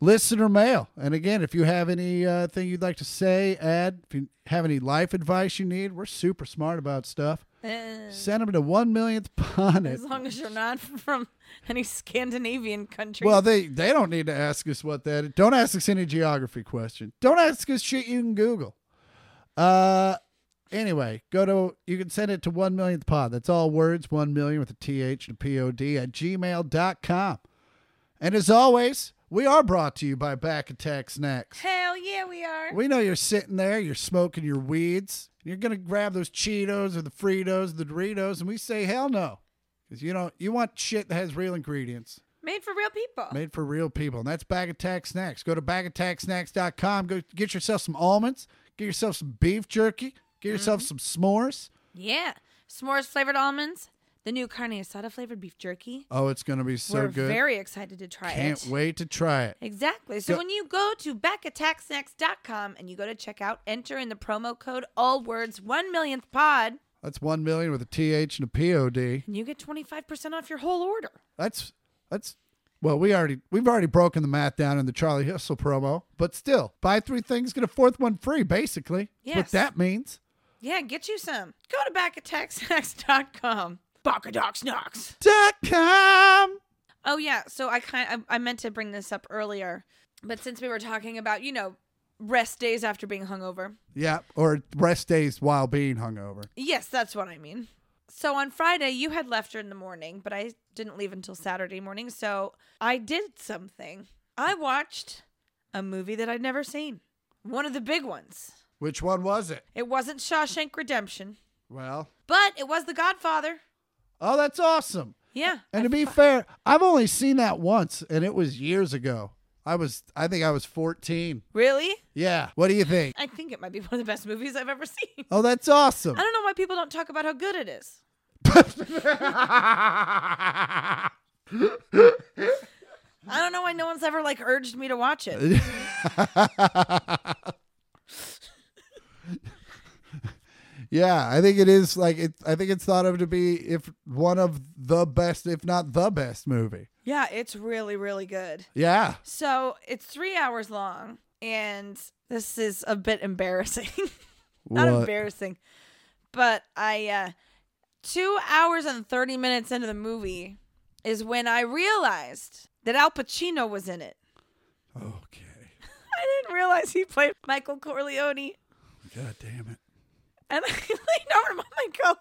S3: listener mail. And again, if you have any uh, thing you'd like to say, add, if you have any life advice you need, we're super smart about stuff.
S4: Eh,
S3: Send them to one millionth Bonnet.
S4: As long as you're not from any Scandinavian country.
S3: Well, they they don't need to ask us what that. Is. Don't ask us any geography question. Don't ask us shit you can Google. Uh, anyway, go to you can send it to one millionth pod. That's all words one million with a th and a pod at gmail.com. And as always, we are brought to you by Back Attack Snacks.
S4: hell yeah, we are.
S3: We know you're sitting there, you're smoking your weeds, you're gonna grab those Cheetos or the Fritos, the Doritos, and we say hell no, because you don't you want shit that has real ingredients
S4: Made for real people.
S3: made for real people. And that's Bag Attack Snacks. Go to bagattacksnacks.com. Go get yourself some almonds. Get yourself some beef jerky. Get yourself
S4: Mm-hmm.
S3: some s'mores.
S4: Yeah. S'mores flavored almonds, the new carne asada flavored beef jerky.
S3: Oh, it's gonna be so
S4: We're
S3: good.
S4: very excited to try
S3: Can't
S4: it.
S3: wait to try it.
S4: Exactly. So
S3: Go-
S4: when you go to backattacksnacks.com and you go to checkout, enter in the promo code all words one millionth pod,
S3: That's one million with a th and a pod.
S4: and you get twenty five percent off your whole order.
S3: That's that's well, we already we've already broken the math down in the Charlie Hustle promo, but still, buy three things, get a fourth one free. Basically, That's what
S4: Yes.
S3: that means.
S4: Yeah, get you some. Go to backattacksnacks.com. Backattacksnacks.
S3: Dot com.
S4: Oh yeah. So I kind I, I meant to bring this up earlier, but since we were talking about you know rest days after being hungover,
S3: Yeah, or rest days while being hungover.
S4: Yes, that's what I mean. So on Friday, you had left her in the morning, but I didn't leave until Saturday morning. So I did something. I watched a movie that I'd never seen, one of the big ones.
S3: Which one was it?
S4: It wasn't Shawshank Redemption,
S3: Well,
S4: but it was The Godfather.
S3: oh, that's awesome.
S4: Yeah.
S3: And to be fair, I've only seen that once, and it was years ago. I was, I think I was 14.
S4: Really?
S3: Yeah. What do you think?
S4: I think it might be one of the best movies I've ever seen.
S3: Oh, that's awesome.
S4: I don't know why people don't talk about how good it is. I don't know why no one's ever like urged me to watch it.
S3: yeah, I think it is like it. I think it's thought of to be if one of the best, if not the best movie.
S4: Yeah, it's really, really good.
S3: Yeah.
S4: So it's three hours long, and this is a bit embarrassing. Not
S3: What?
S4: embarrassing, but I, uh, two hours and 30 minutes into the movie is when I realized that Al Pacino was in it.
S3: Okay.
S4: I didn't realize he played Michael Corleone.
S3: God damn it.
S4: And I leaned over to mom and go,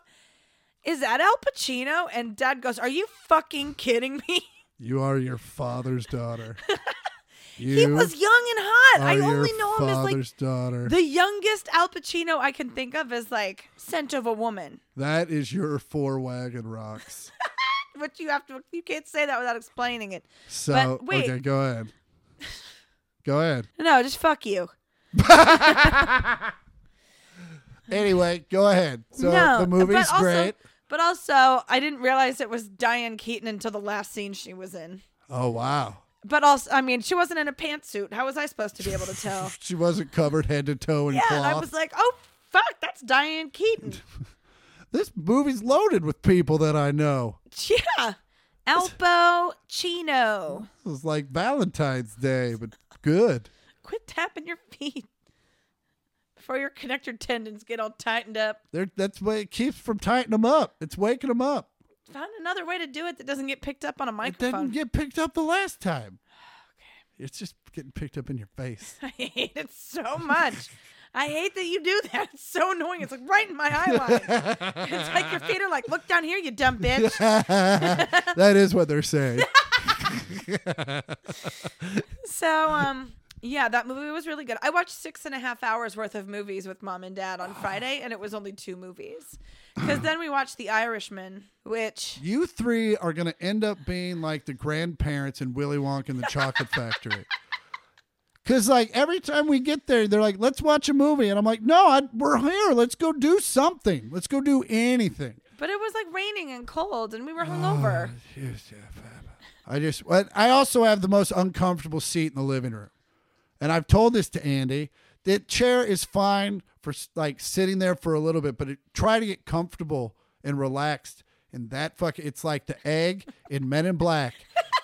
S4: Is that Al Pacino? And dad goes, Are you fucking kidding me?
S3: You are your father's daughter. You
S4: he was young and hot.
S3: are
S4: I
S3: your
S4: only know him as like
S3: father's daughter.
S4: The youngest Al Pacino I can think of is like Scent of a Woman,
S3: that is your four wagon rocks.
S4: which you have to, you can't say that without explaining it.
S3: So
S4: But wait.
S3: okay, go ahead. Go ahead.
S4: No, just fuck you.
S3: Anyway, go ahead. So
S4: no,
S3: the movie's
S4: but also,
S3: great.
S4: But also, I didn't realize it was Diane Keaton until the last scene she was in.
S3: Oh wow.
S4: But also, I mean, she wasn't in a pantsuit. How was I supposed to be able to tell?
S3: She wasn't covered head to toe in
S4: yeah,
S3: cloth.
S4: and I was like, oh, fuck, that's Diane Keaton.
S3: this movie's loaded with people that I know.
S4: yeah. Al Pacino.
S3: This is like Valentine's Day, but good.
S4: Quit tapping your feet before your connector tendons get all tightened up.
S3: They're, that's what it keeps from tightening them up. It's waking them up.
S4: found another way to do it that doesn't get picked up on a
S3: It didn't
S4: microphone.
S3: get picked up the last time. It's just getting picked up in your face.
S4: I hate it so much. I hate that you do that. It's so annoying. It's like right in my eye line. it's like your feet are like, look down here, you dumb bitch.
S3: that is what they're saying.
S4: so, um, yeah, that movie was really good. I watched six and a half hours worth of movies with mom and dad on Friday, and it was only two movies. Because then we watched The Irishman, which
S3: You three are going to end up being like the grandparents in Willy Wonka and the Chocolate Factory. Because, like, every time we get there, they're like, let's watch a movie. And I'm like, no, I, we're here. Let's go do something. Let's go do anything.
S4: but it was like raining and cold, and we were hungover.
S3: Ah, I just, I- I also have the most uncomfortable seat in the living room. And I've told this to Andy. That chair is fine for like sitting there for a little bit, but it, try to get comfortable and relaxed. And that fuck, it's like the egg in Men in Black,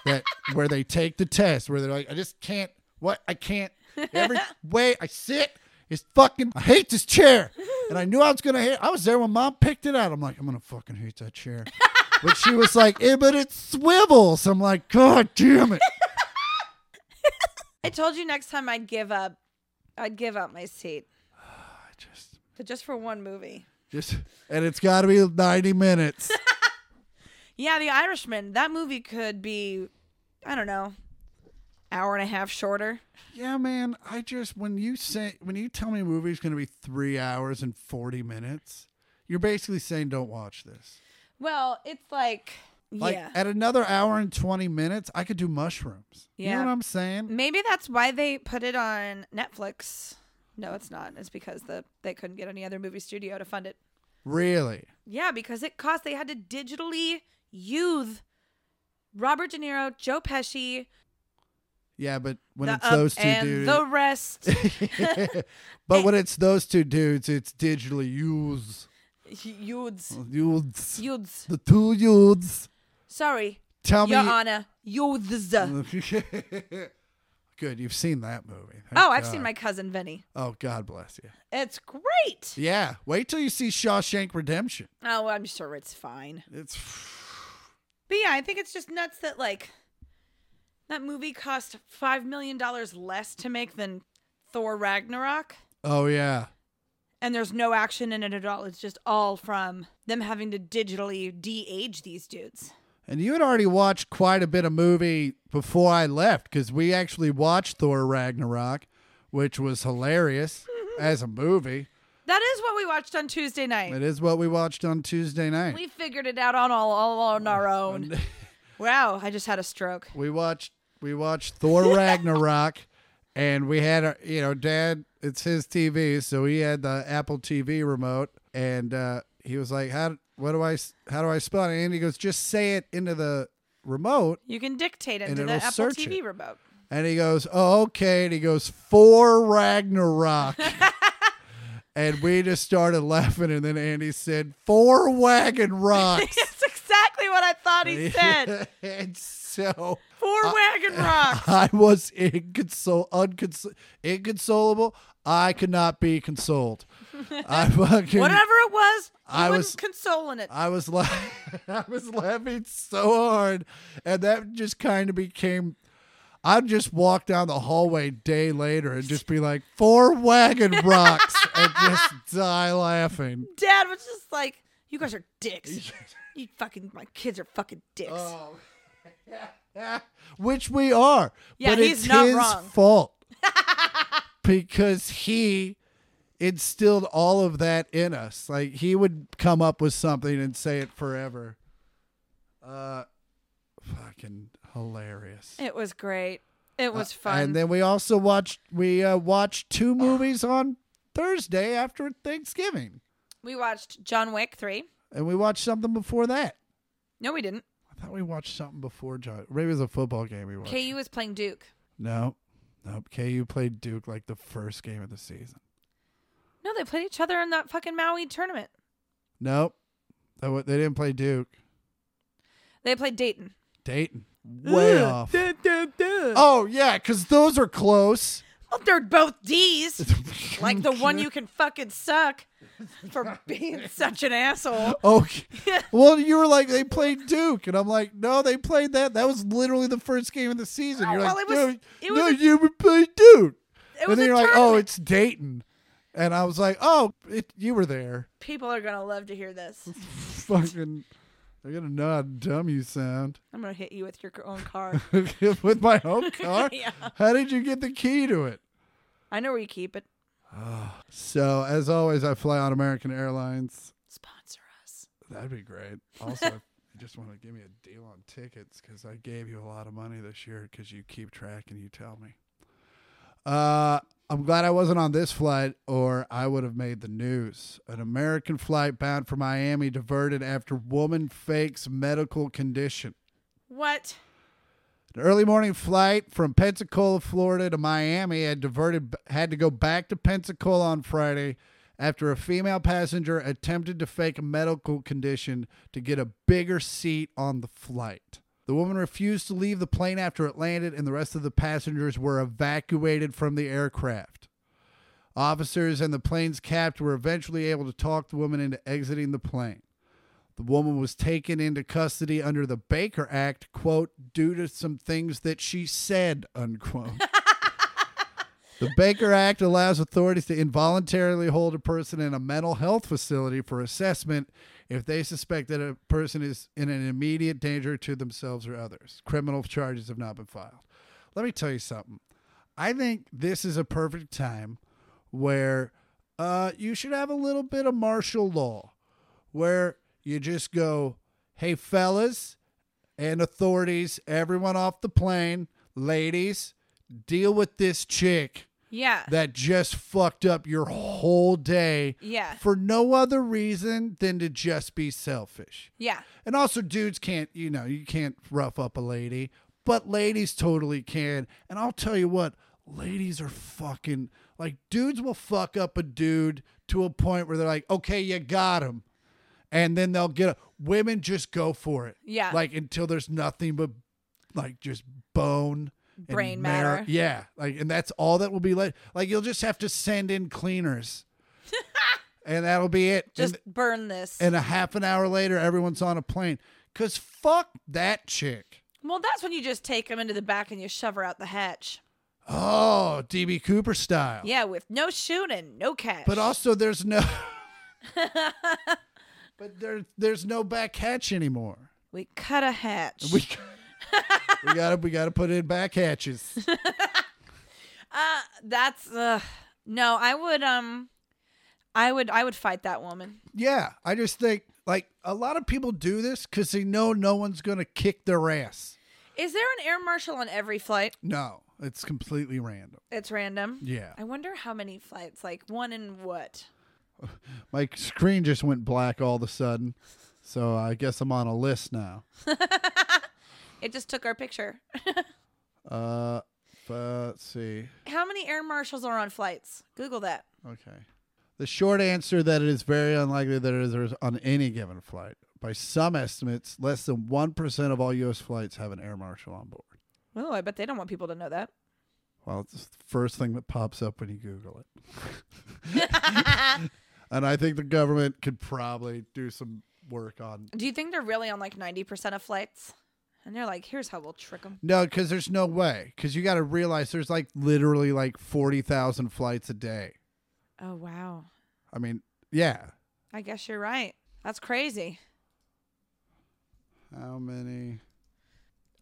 S3: that where they take the test, where they're like, I just can't, what I can't. Every way I sit is fucking. I hate this chair, and I knew I was gonna hate. I was there when Mom picked it out. I'm like, I'm gonna fucking hate that chair. But she was like, eh, but it swivels. I'm like, God damn it.
S4: I told you next time I'd give up. I'd give up my seat,
S3: I just,
S4: but just for one movie.
S3: just, and it's got to be 90 minutes.
S4: Yeah, The Irishman. That movie could be, I don't know, hour and a half shorter.
S3: yeah, man. I just, when you say, when you tell me a movie's going to be three hours and 40 minutes, you're basically saying don't watch this.
S4: Well, it's like,
S3: Like e-
S4: yeah,
S3: at another hour and 20 minutes, I could do mushrooms. You
S4: Yeah.
S3: know what I'm saying?
S4: maybe that's why they put it on Netflix. No, it's not. It's because the they couldn't get any other movie studio to fund it.
S3: Really?
S4: Yeah, because it cost. They had to digitally youth Robert De Niro, Joe Pesci,
S3: Yeah, but when
S4: the
S3: it's
S4: up
S3: those two
S4: and
S3: dudes.
S4: the rest.
S3: but when it's those two dudes, it's digitally used.
S4: youths,
S3: Youths.
S4: youths.
S3: The two youths.
S4: Sorry,
S3: Tell
S4: Your
S3: me.
S4: Honor, youths. Oh,
S3: Good, you've seen that movie. Thank
S4: Oh, I've seen
S3: God.
S4: my cousin Vinny.
S3: Oh, God bless you.
S4: It's great.
S3: Yeah, wait till you see Shawshank Redemption.
S4: Oh, I'm sure it's fine.
S3: It's
S4: But yeah, I think it's just nuts that like that movie cost five million dollars less to make than Thor Ragnarok.
S3: oh yeah,
S4: And there's no action in it at all. It's just all from them having to digitally de-age these dudes.
S3: and you had already watched quite a bit of movie before I left because we actually watched Thor Ragnarok, which was hilarious
S4: Mm-hmm.
S3: as a movie.
S4: That is what we watched on Tuesday night.
S3: It is what we watched on Tuesday night.
S4: We figured it out on all, all on our own. Wow, I just had a stroke.
S3: we watched we watched Thor Ragnarok, and we had our you know Dad. It's his TV, so he had the Apple TV remote, and uh, he was like, "How what do I s- how do I spell it?" And he goes, "Just say it into the remote."
S4: You can dictate it
S3: And
S4: to the
S3: it'll
S4: Apple
S3: search
S4: TV
S3: it.
S4: remote.
S3: And he goes, "Oh, okay." And he goes, "For Ragnarok." And we just started laughing, and then Andy said, Four wagon rocks.
S4: That's exactly what I thought he said.
S3: and so
S4: Four wagon rocks.
S3: I was inconsol- unconsol- inconsolable. I could not be consoled. I fucking,
S4: Whatever it was, he
S3: I
S4: wasn't
S3: was-
S4: consoling it.
S3: I was la- I was laughing so hard, and that just kind of became. I'd just walk down the hallway a day later and just be like, four wagon rocks, and just die laughing.
S4: Dad was just like, "You guys are dicks. you fucking my kids are fucking dicks."
S3: Uh, Oh. Which we are.
S4: Yeah,
S3: but
S4: he's
S3: it's
S4: not
S3: his
S4: wrong.
S3: fault. because he instilled all of that in us. Like he would come up with something and say it forever. Uh fucking hilarious.
S4: it was great. It was
S3: Uh,
S4: fun.
S3: And then we also watched we uh, watched two movies on Thursday after Thanksgiving.
S4: we watched John Wick three.
S3: And we watched something before that.
S4: No, we didn't.
S3: I thought we watched something before John. Maybe it was a football game we watched.
S4: KU was playing Duke.
S3: No. Nope. KU played Duke like the first game of the season.
S4: No, they played each other in that fucking Maui tournament.
S3: Nope. They, wa- they didn't play Duke.
S4: They played Dayton.
S3: Dayton. Way
S4: Ugh.
S3: off.
S4: Duh, duh, duh.
S3: Oh, yeah, because those are close.
S4: Well, they're both D's. like the one you can fucking suck for being such an asshole.
S3: Okay. Oh, Well, you were like, they played Duke. And I'm like, no, they played that. That was literally the first game of the season. You're
S4: Oh, well,
S3: like,
S4: it was-
S3: no,
S4: it was
S3: no
S4: a-
S3: you would play Duke.
S4: It
S3: and
S4: was
S3: then
S4: a
S3: you're like, oh,
S4: tournament.
S3: it's Dayton. And I was like, oh, it, you were there.
S4: People are gonna love to hear this.
S3: Fucking, they're going to know how dumb you sound.
S4: I'm gonna hit you with your own car.
S3: with my own car?
S4: Yeah.
S3: How did you get the key to it?
S4: I know where you keep it.
S3: So, as always, I fly on American Airlines.
S4: Sponsor us.
S3: That'd be great. Also, I just want to give me a deal on tickets because I gave you a lot of money this year because you keep track and you tell me. Uh, I'm glad I wasn't on this flight or I would have made the news. An American flight bound for Miami diverted after woman fakes medical condition.
S4: What?
S3: An early morning flight from Pensacola, Florida to Miami had diverted had to go back to Pensacola on Friday after a female passenger attempted to fake a medical condition to get a bigger seat on the flight. The woman refused to leave the plane after it landed and the rest of the passengers were evacuated from the aircraft. Officers and the plane's captain were eventually able to talk the woman into exiting the plane. The woman was taken into custody under the Baker Act, quote, due to some things that she said, unquote. the Baker Act allows authorities to involuntarily hold a person in a mental health facility for assessment if they suspect that a person is in an immediate danger to themselves or others. Criminal charges have not been filed. Let me tell you something. I think this is a perfect time where uh, you should have a little bit of martial law where you just go, hey, fellas and authorities, everyone off the plane, ladies, deal with this chick.
S4: Yeah.
S3: that just fucked up your whole day
S4: yeah.
S3: for no other reason than to just be selfish.
S4: Yeah.
S3: And also, dudes can't, you know, you can't rough up a lady, but ladies totally can. And I'll tell you what, ladies are fucking like dudes will fuck up a dude to a point where they're like, okay, you got him. And then they'll get a, women just go for it.
S4: Yeah.
S3: Like until there's nothing but like just bone. and
S4: Brain
S3: marrow-
S4: matter.
S3: Yeah. Like, and that's all that will be left. Like, you'll just have to send in cleaners. and that'll be it. And
S4: Just burn this.
S3: and a half an hour later everyone's on a plane because fuck that chick
S4: well, that's when you just take them into the back and you shove her out the hatch.
S3: oh db cooper style
S4: Yeah, with no shooting, no cash.
S3: but also there's no but there, there's no back hatch anymore
S4: we cut a hatch.
S3: we, we gotta we gotta put in back hatches
S4: uh, that's uh, no. I would um, I would I would fight that woman.
S3: yeah i just think like a lot of people do this because they know no one's gonna kick their ass
S4: Is there an air marshal on every flight?
S3: no it's completely random
S4: It's random.
S3: yeah
S4: I wonder how many flights, like one in what?
S3: my screen just went black all of a sudden so i guess i'm on a list now
S4: It just took our picture.
S3: Uh, f- uh, let's see.
S4: how many air marshals are on flights? Google that.
S3: Okay. The short answer that it is very unlikely that it is on any given flight. By some estimates, less than 1% of all U.S. flights have an air marshal on board.
S4: Oh, I bet they don't want people to know that.
S3: Well, it's the first thing that pops up when you Google it. and I think the government could probably do some work on.
S4: Do you think they're really on like 90% of flights? And they're like, here's how we'll trick them.
S3: No, because there's no way. Because you got to realize there's like literally like 40,000 flights a day.
S4: Oh, wow.
S3: I mean, yeah.
S4: I guess you're right. That's crazy.
S3: How many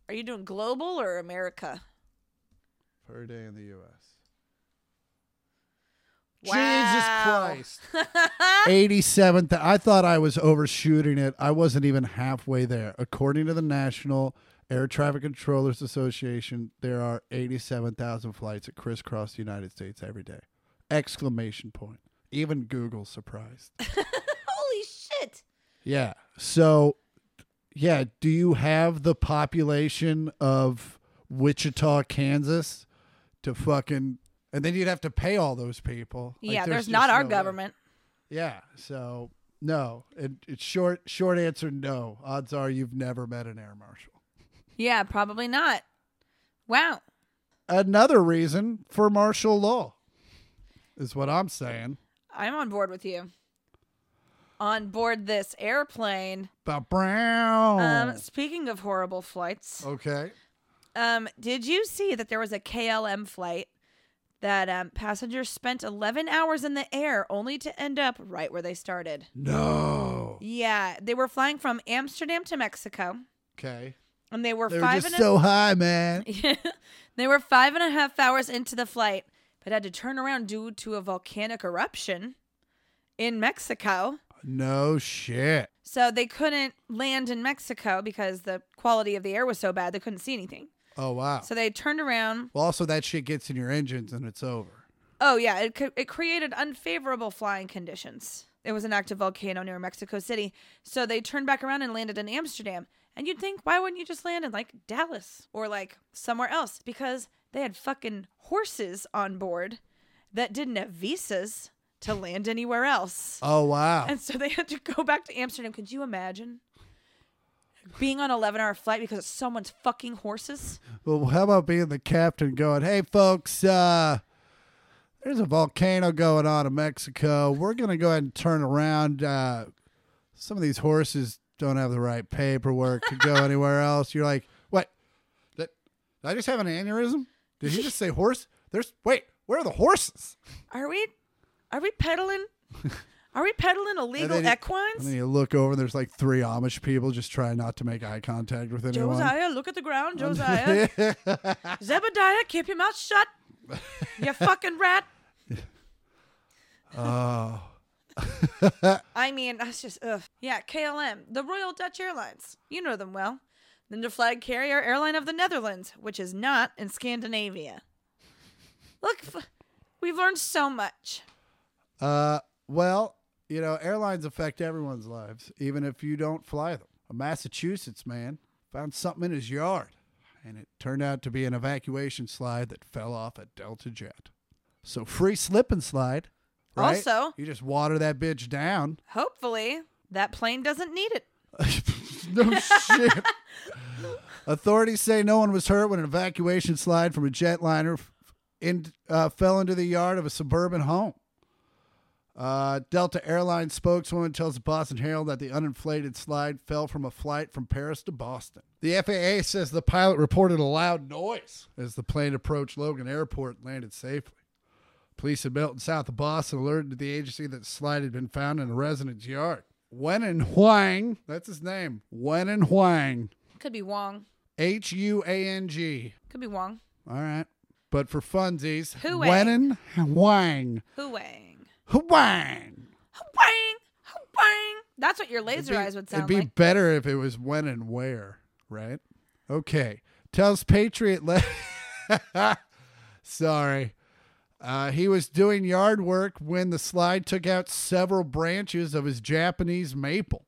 S4: Are you doing global or America?
S3: per day in the U.S.?
S4: Wow.
S3: Jesus Christ. 87. Th- I thought I was overshooting it. I wasn't even halfway there. According to the National Air Traffic Controllers Association, there are 87,000 flights that crisscross the United States every day. Exclamation point. Even Google's surprised.
S4: Holy shit.
S3: yeah. So, yeah, do you have the population of Wichita, Kansas to fucking. And then you'd have to pay all those people. Like,
S4: yeah, there's, not
S3: just
S4: our
S3: no way.
S4: government.
S3: Yeah. So no, it, it's short. Short answer: no. Odds are you've never met an air marshal.
S4: Yeah, probably not. Wow.
S3: Another reason for martial law is what I'm saying
S4: I'm on board with you. On board this airplane.
S3: about Brown.
S4: Um, speaking of horrible flights,
S3: okay.
S4: um, did you see that there was a KLM flight that um, passengers spent 11 hours in the air only to end up right where they started?
S3: No.
S4: Yeah, they were flying from Amsterdam to Mexico,
S3: Okay.
S4: and they were
S3: They were
S4: five
S3: just
S4: and
S3: so high, man.
S4: a- they were five and a half hours into the flight, but had to turn around due to a volcanic eruption in Mexico.
S3: No shit.
S4: So they couldn't land in Mexico because the quality of the air was so bad they couldn't see anything.
S3: Oh wow.
S4: So they turned around.
S3: well, also that shit gets in your engines and it's over.
S4: Oh yeah, it co- it created unfavorable flying conditions. It was an active volcano near Mexico City, so they turned back around and landed in Amsterdam. And you'd think, why wouldn't you just land in like Dallas or like somewhere else? Because they had fucking horses on board that didn't have visas to land anywhere else.
S3: Oh wow.
S4: And so they had to go back to Amsterdam. Could you imagine being on an 11 hour flight because of someone's fucking horses?
S3: Well, how about being the captain going, hey, folks, uh, there's a volcano going on in Mexico. We're going to go ahead and turn around. Uh, some of these horses don't have the right paperwork to go anywhere else. You're like, what? Did, did I just have an aneurysm? Did he just say horse? There's, wait, where are the horses?
S4: Are we, are we peddling? Are we peddling illegal
S3: then you- And then
S4: equines?
S3: you look over and there's like three Amish people just trying not to make eye contact with anyone.
S4: Josiah, look at the ground, Josiah.
S3: Uh,
S4: Zebediah, keep your mouth shut. You fucking rat.
S3: oh,
S4: I mean, that's just ugh. Yeah, KLM, the Royal Dutch Airlines. You know them well. Then the flag carrier airline of the Netherlands, which is not in Scandinavia. Look, f- We've learned so much.
S3: Uh, well, you know, airlines affect everyone's lives, even if you don't fly them. A Massachusetts man found something in his yard, and it turned out to be an evacuation slide that fell off a Delta jet. So free slip and slide. Right?
S4: Also-
S3: you just water that bitch down.
S4: Hopefully, that plane doesn't need it.
S3: no shit. Authorities say no one was hurt when an evacuation slide from a jetliner f- in, uh, fell into the yard of a suburban home. Uh, Delta Airlines spokeswoman tells the Boston Herald that the uninflated slide fell from a flight from Paris to Boston. The FAA says the pilot reported a loud noise as the plane approached Logan Airport and landed safely. Police in Milton, south of Boston, alerted the agency that the slide had been found in a resident's yard. Wen and Huang, that's his name. Wen and Huang,
S4: Could be Wong.
S3: H U A N G.
S4: Could be Wong.
S3: All right. But for funsies,
S4: Huang.
S3: Wen and Huang.
S4: Who Wang?
S3: Huang.
S4: Who Wang? Who Wang? That's what your laser eyes would sound
S3: It'd be
S4: like.
S3: better if it was when and where, right? Okay. Tells Patriot. Le- Sorry. Uh, he was doing yard work when the slide took out several branches of his Japanese maple.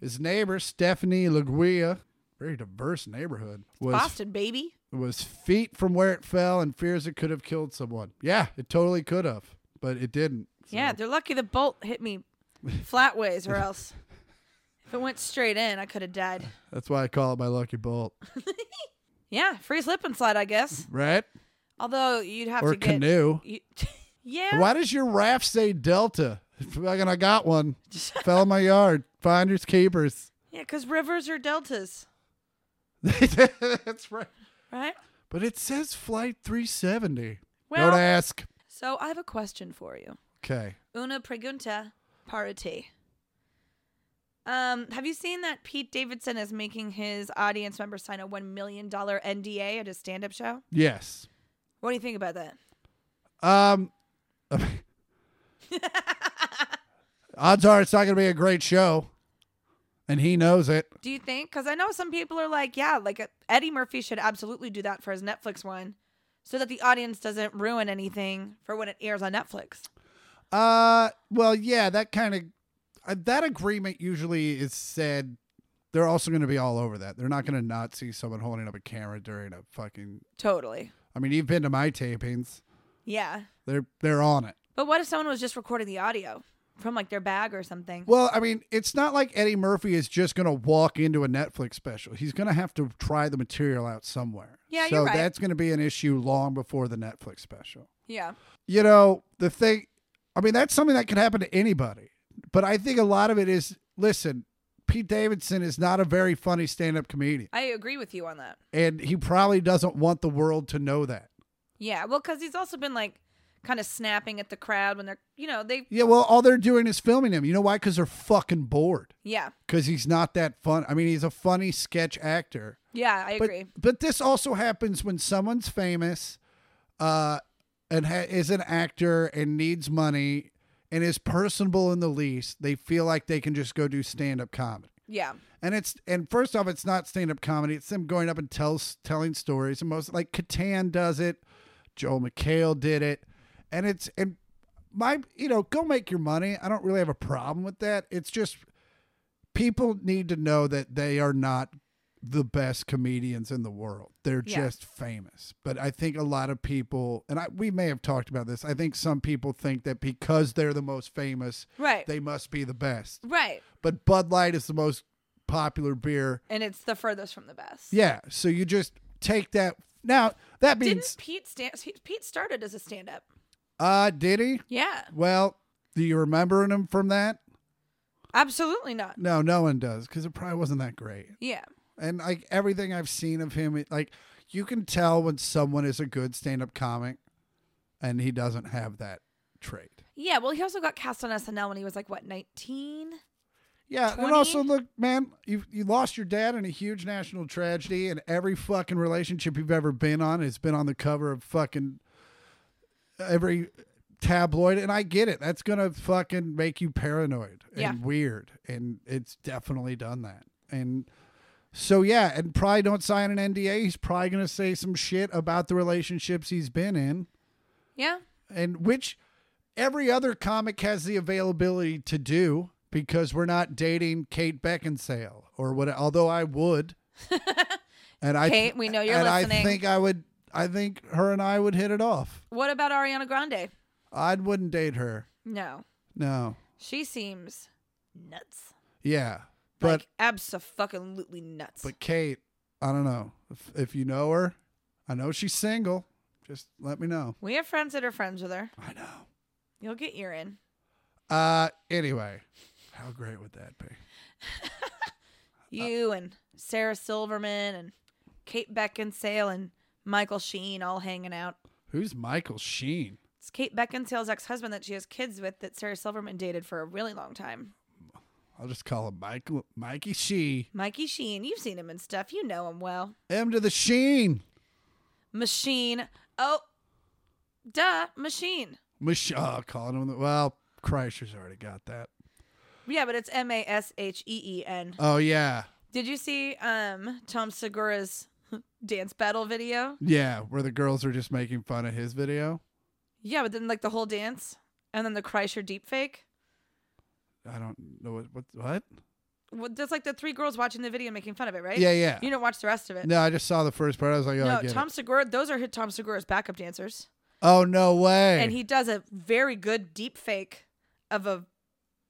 S3: His neighbor, Stephanie Laguia, very diverse neighborhood, was
S4: Boston, baby.
S3: was feet from where it fell and fears it could have killed someone. Yeah, it totally could have, but it didn't. so-
S4: Yeah, they're lucky the bolt hit me flatways, or else if it went straight in, I could have died.
S3: That's why I call it my lucky bolt,
S4: Yeah, free slip and slide, I guess.
S3: right?
S4: Although you'd have
S3: Or
S4: to get
S3: canoe.
S4: You, yeah.
S3: Why does your raft say Delta? Fucking, I got one. Fell in my yard. Finders keepers.
S4: Yeah, because rivers are deltas,
S3: That's right.
S4: right?
S3: But it says flight 370.
S4: Well-
S3: Don't ask.
S4: So I have a question for you.
S3: Okay.
S4: Una pregunta para ti. Um, have you seen that Pete Davidson is making his audience members sign a one million dollar NDA at his stand up show?
S3: Yes.
S4: What do you think about that?
S3: Um. odds are it's not going to be a great show, and he knows it.
S4: Do you think? Because I know some people are like, yeah, like uh, Eddie Murphy should absolutely do that for his Netflix one, so that the audience doesn't ruin anything for when it airs on Netflix.
S3: Uh, well, yeah, that kind of uh, that agreement usually is said. They're also going to be all over that. They're not going to not see someone holding up a camera during a fucking.
S4: Totally.
S3: I mean, you've been to my tapings.
S4: Yeah.
S3: They're they're on it.
S4: But what if someone was just recording the audio from like their bag or something?
S3: Well, I mean, it's not like Eddie Murphy is just going to walk into a Netflix special. He's going to have to try the material out somewhere.
S4: Yeah,
S3: so
S4: you're right.
S3: that's going to be an issue long before the Netflix special.
S4: Yeah.
S3: you know, the thing, I mean, that's something that could happen to anybody. But I think a lot of it is listen, Pete Davidson is not a very funny stand up comedian.
S4: I agree with you on that.
S3: And he probably doesn't want the world to know that.
S4: Yeah. Well, because he's also been like kind of snapping at the crowd when they're, you know, they,
S3: Yeah, well, all they're doing is filming him. You know why? Because they're fucking bored.
S4: yeah.
S3: Because he's not that fun. I mean, he's a funny sketch actor.
S4: Yeah. I
S3: But,
S4: agree.
S3: but this also happens when someone's famous uh, and ha- is an actor and needs money and is personable in the least. They feel like they can just go do stand up comedy.
S4: yeah.
S3: And it's and first off, it's not stand up comedy. It's them going up and tells telling stories. And most like Catan does it, Joel McHale did it, and it's and my you know go make your money. I don't really have a problem with that. It's just people need to know that they are not the best comedians in the world. They're
S4: Yeah.
S3: just famous. But I think a lot of people and I, we may have talked about this. I think some people think that because they're the most famous,
S4: Right.
S3: they must be the best
S4: right.
S3: but Bud Light is the most popular beer.
S4: And it's the furthest from the best.
S3: Yeah, so you just take that. Now that
S4: Didn't
S3: means,
S4: Pete stand? Pete started as a stand up.
S3: uh, did he?
S4: Yeah.
S3: Well, do you remember him from that?
S4: Absolutely not.
S3: No, no one does because it probably wasn't that great.
S4: Yeah.
S3: And like everything I've seen of him, it- like you can tell when someone is a good stand-up comic, and he doesn't have that trait.
S4: Yeah. Well, he also got cast on SNL when he was like, what, 19?
S3: Yeah, and
S4: 20?
S3: also look, man, you you lost your dad in a huge national tragedy, and every fucking relationship you've ever been on has been on the cover of fucking every tabloid. And I get it; that's gonna fucking make you paranoid and
S4: Yeah.
S3: weird, and it's definitely done that. And so yeah, and probably don't sign an NDA. He's probably gonna say some shit about the relationships he's been in,
S4: Yeah.
S3: and which every other comic has the availability to do because we're not dating Kate Beckinsale or what. Although I would, and I
S4: Kate, we know you're
S3: and I
S4: listening.
S3: think I would. I think her and I would hit it off.
S4: What about Ariana Grande?
S3: I wouldn't date her.
S4: No.
S3: No.
S4: She seems nuts.
S3: Yeah, but
S4: like, absolutely nuts.
S3: but Kate, I don't know if, if you know her. I know she's single. Just let me know.
S4: we have friends that are friends with her.
S3: I know.
S4: You'll get urine.
S3: Uh, anyway, how great would that be? Uh,
S4: You and Sarah Silverman and Kate Beckinsale and Michael Sheen all hanging out.
S3: Who's Michael Sheen?
S4: It's Kate Beckinsale's ex husband that she has kids with that Sarah Silverman dated for a really long time.
S3: I'll just call him Michael Mikey She.
S4: Mikey Sheen, you've seen him and stuff. You know him well.
S3: M to the Sheen.
S4: Machine. Oh, duh, Machine.
S3: Mich- oh, calling him. The- well, Kreischer's already got that.
S4: Yeah, but it's M A S H E E N.
S3: Oh yeah,
S4: Did you see um Tom Segura's dance battle video?
S3: yeah. Where the girls are just making fun of his video.
S4: Yeah, but then like the whole dance and then the Kreischer deep fake.
S3: I don't know what what what.
S4: That's like the three girls watching the video making fun of it, right?
S3: Yeah, yeah.
S4: You didn't watch the rest of it.
S3: No, I just saw the first part. I was like, oh, I
S4: No,
S3: get it.
S4: Tom Segura, those are hit Tom Segura's backup dancers.
S3: Oh no way.
S4: And he does a very good deep fake of a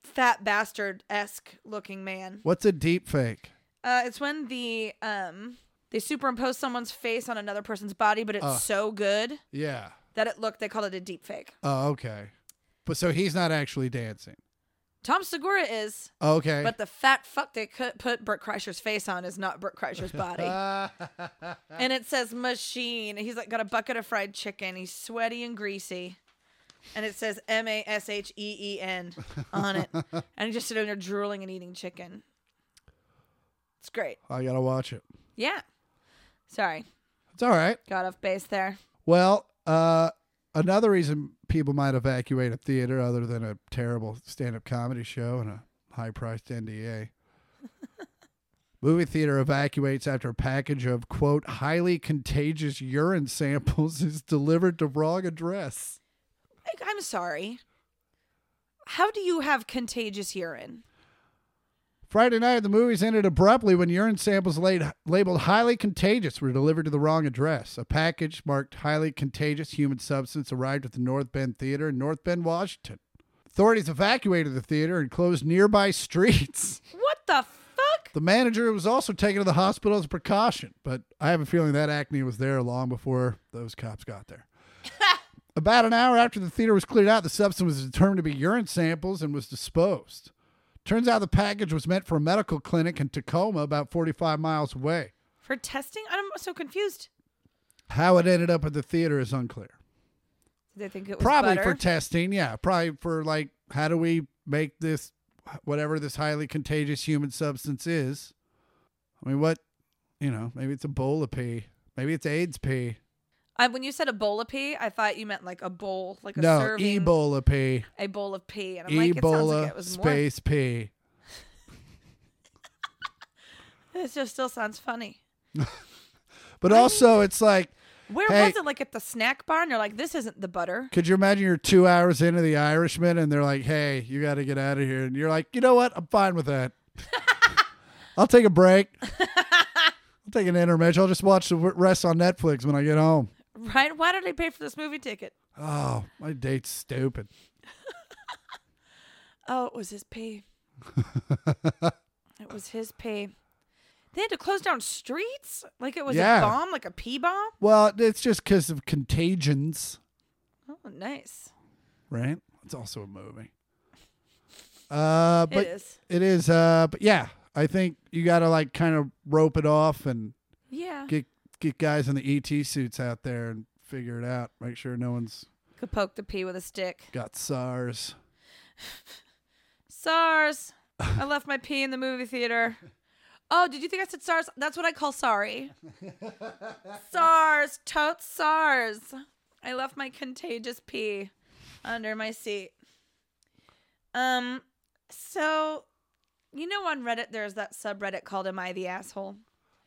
S4: fat bastard esque looking man.
S3: What's a deep fake?
S4: Uh, it's when the um they superimpose someone's face on another person's body, but it's
S3: Uh.
S4: so good
S3: Yeah.
S4: that it looked they call it a deep fake.
S3: Oh, okay. But so he's not actually dancing.
S4: Tom Segura is,
S3: Okay.
S4: but the fat fuck they cut, put Burt Kreischer's face on is not Burt Kreischer's body. and it says machine. He's like got a bucket of fried chicken. He's sweaty and greasy. And it says M A S H E E N on it. and he just sitting there drooling and eating chicken. It's great.
S3: I gotta watch it.
S4: Yeah. Sorry.
S3: It's all right.
S4: Got off base there.
S3: Well, uh, another reason people might evacuate a theater other than a terrible stand up comedy show and a high priced NDA. Movie theater evacuates after a package of, quote, highly contagious urine samples is delivered to wrong address.
S4: Like, I'm sorry. How do you have contagious urine?
S3: Friday night, the movies ended abruptly when urine samples laid, labeled highly contagious were delivered to the wrong address. A package marked highly contagious human substance arrived at the North Bend Theater in North Bend, Washington. Authorities evacuated the theater and closed nearby streets.
S4: What the fuck?
S3: The manager was also taken to the hospital as a precaution, but I have a feeling that acne was there long before those cops got there. About an hour after the theater was cleared out, the substance was determined to be urine samples and was disposed. Turns out the package was meant for a medical clinic in Tacoma, about 45 miles away.
S4: For testing? I'm so confused.
S3: How it ended up at the theater is unclear.
S4: Did they think it was
S3: Probably
S4: butter?
S3: for testing, yeah. Probably for like, how do we make this, whatever this highly contagious human substance is? I mean, what, you know, maybe it's Ebola pee, maybe it's AIDS pee.
S4: I, when you said Ebola pee, I thought you meant like a bowl, like a
S3: no,
S4: serving,
S3: Ebola pee,
S4: a bowl of pee. And I'm like, it sounds
S3: Ebola
S4: like it was
S3: space pee.
S4: more. It just still sounds funny.
S3: But also, it's like,
S4: Where
S3: Hey.
S4: was it? Like at the snack bar, and you're like, this isn't the butter.
S3: could you imagine you're two hours into The Irishman and they're like, hey, you got to get out of here. And you're like, you know what? I'm fine with that. I'll take a break. I'll take an intermission. I'll just watch the rest on Netflix when I get home.
S4: Right? Why did I pay for this movie ticket?
S3: Oh, my date's stupid.
S4: Oh, it was his pee. it was his pee. They had to close down streets? Like it was
S3: Yeah.
S4: a bomb, like a pee bomb?
S3: Well, it's just because of contagions,
S4: Oh, nice.
S3: right? It's also a movie. Uh, but
S4: it is.
S3: it is. Uh, but yeah, I think you gotta like kind of rope it off and
S4: Yeah.
S3: get get guys in the ET suits out there and figure it out. Make sure no one's
S4: Could poke the pee with a stick.
S3: got SARS.
S4: SARS. I left my pee in the movie theater. Oh, did you think I said SARS? That's what I call sorry. SARS, tote SARS. I left my contagious pee under my seat. Um, so you know on Reddit there's that subreddit called Am I the Asshole?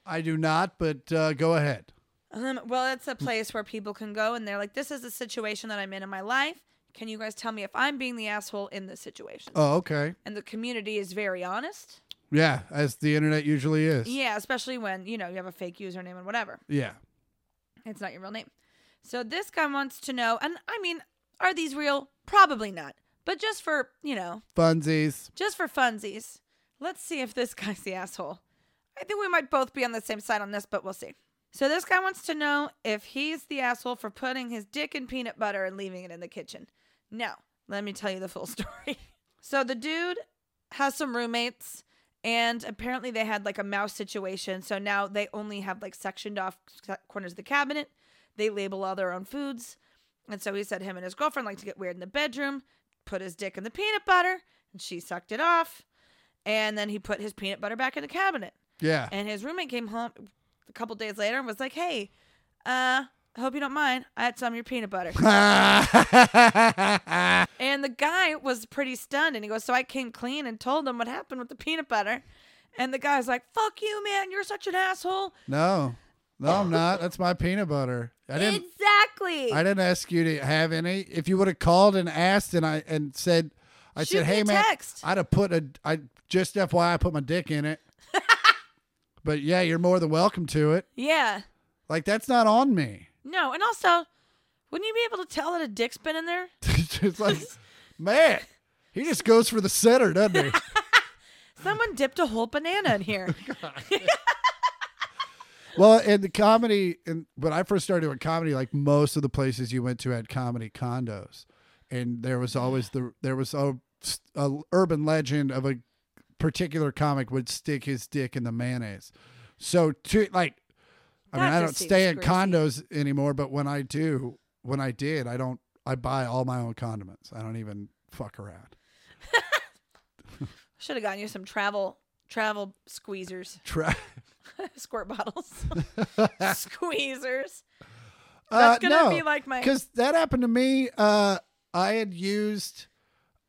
S3: I do not, but uh, go ahead.
S4: Um, well, it's a place where people can go and they're like, this is the situation that I'm in in my life. Can you guys tell me if I'm being the asshole in this situation?
S3: Oh, okay.
S4: And the community is very honest.
S3: Yeah, as the internet usually is.
S4: Yeah, especially when, you know, you have a fake username and whatever.
S3: Yeah.
S4: It's not your real name. So this guy wants to know, and I mean, are these real? Probably not. But just for, you know,
S3: Funsies.
S4: just for funsies, let's see if this guy's the asshole. I think we might both be on the same side on this, but we'll see. So this guy wants to know if he's the asshole for putting his dick in peanut butter and leaving it in the kitchen. No, let me tell you the full story. so the dude has some roommates and apparently they had like a mouse situation. So now they only have like sectioned off s- corners of the cabinet. They label all their own foods. And so he said him and his girlfriend like to get weird in the bedroom, put his dick in the peanut butter, and she sucked it off. And then he put his peanut butter back in the cabinet.
S3: Yeah.
S4: And his roommate came home a couple days later and was like, "Hey, uh, hope you don't mind. I had some of your peanut butter." and the guy was pretty stunned, and he goes, "So I came clean and told them what happened with the peanut butter." And the guy's like, "Fuck you, man. You're such an asshole."
S3: no. No, I'm not. That's my peanut butter. I didn't
S4: Exactly.
S3: I didn't ask you to have any. If you would have called and asked and I and said I
S4: Shoot
S3: said,
S4: me
S3: "Hey
S4: a
S3: man,
S4: text."
S3: I'd have put a I just FYI I put my dick in it." but yeah, you're more than welcome to it.
S4: yeah.
S3: Like that's not on me.
S4: No, and also, wouldn't you be able to tell that a dick's been in there?
S3: it's like, man, he just goes for the center, doesn't he?
S4: Someone dipped a whole banana in here.
S3: Well, in the comedy, and when I first started doing comedy, like most of the places you went to had comedy condos, and there was always the there was a, a urban legend of a particular comic would stick his dick in the mayonnaise. So to like, I mean,
S4: That
S3: I
S4: just
S3: don't
S4: seems
S3: stay in
S4: greasy.
S3: condos anymore, but when I do, when I did, I don't. I buy all my own condiments. I don't even fuck around.
S4: Should have gotten you some travel travel squeezers,
S3: Try.
S4: squirt bottles, squeezers.
S3: Uh,
S4: That's gonna
S3: no.
S4: be like my
S3: because that happened to me. Uh, I had used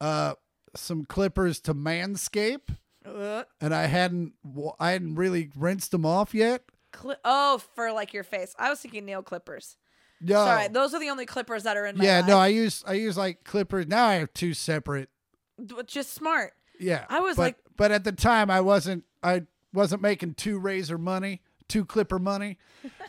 S3: uh, some clippers to manscape,
S4: Ugh.
S3: and I hadn't wa- I hadn't really rinsed them off yet.
S4: Cli- oh for like your face. I was thinking nail clippers.
S3: No,
S4: Sorry, those are the only clippers that are in my
S3: Oh. yeah, no,
S4: life.
S3: I use I use like clippers. Now I have two separate.
S4: D- just smart.
S3: Yeah,
S4: I was
S3: but-
S4: like-
S3: but at the time I wasn't I wasn't making two razor money, two clipper money,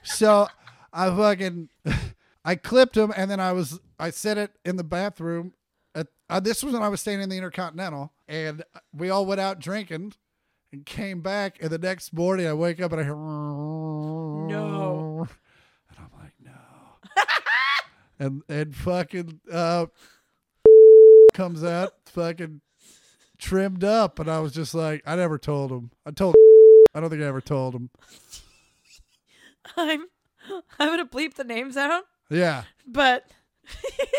S3: so I fucking I clipped them, and then I was I set it in the bathroom. At, uh, this was when I was staying in the Intercontinental, and we all went out drinking, and came back, and the next morning I wake up and I hear no, and I'm like no, and and fucking uh comes out fucking trimmed up and I was just like I never told him. I told I don't think I ever told him.
S4: I'm I'm gonna bleep the names out,
S3: Yeah.
S4: but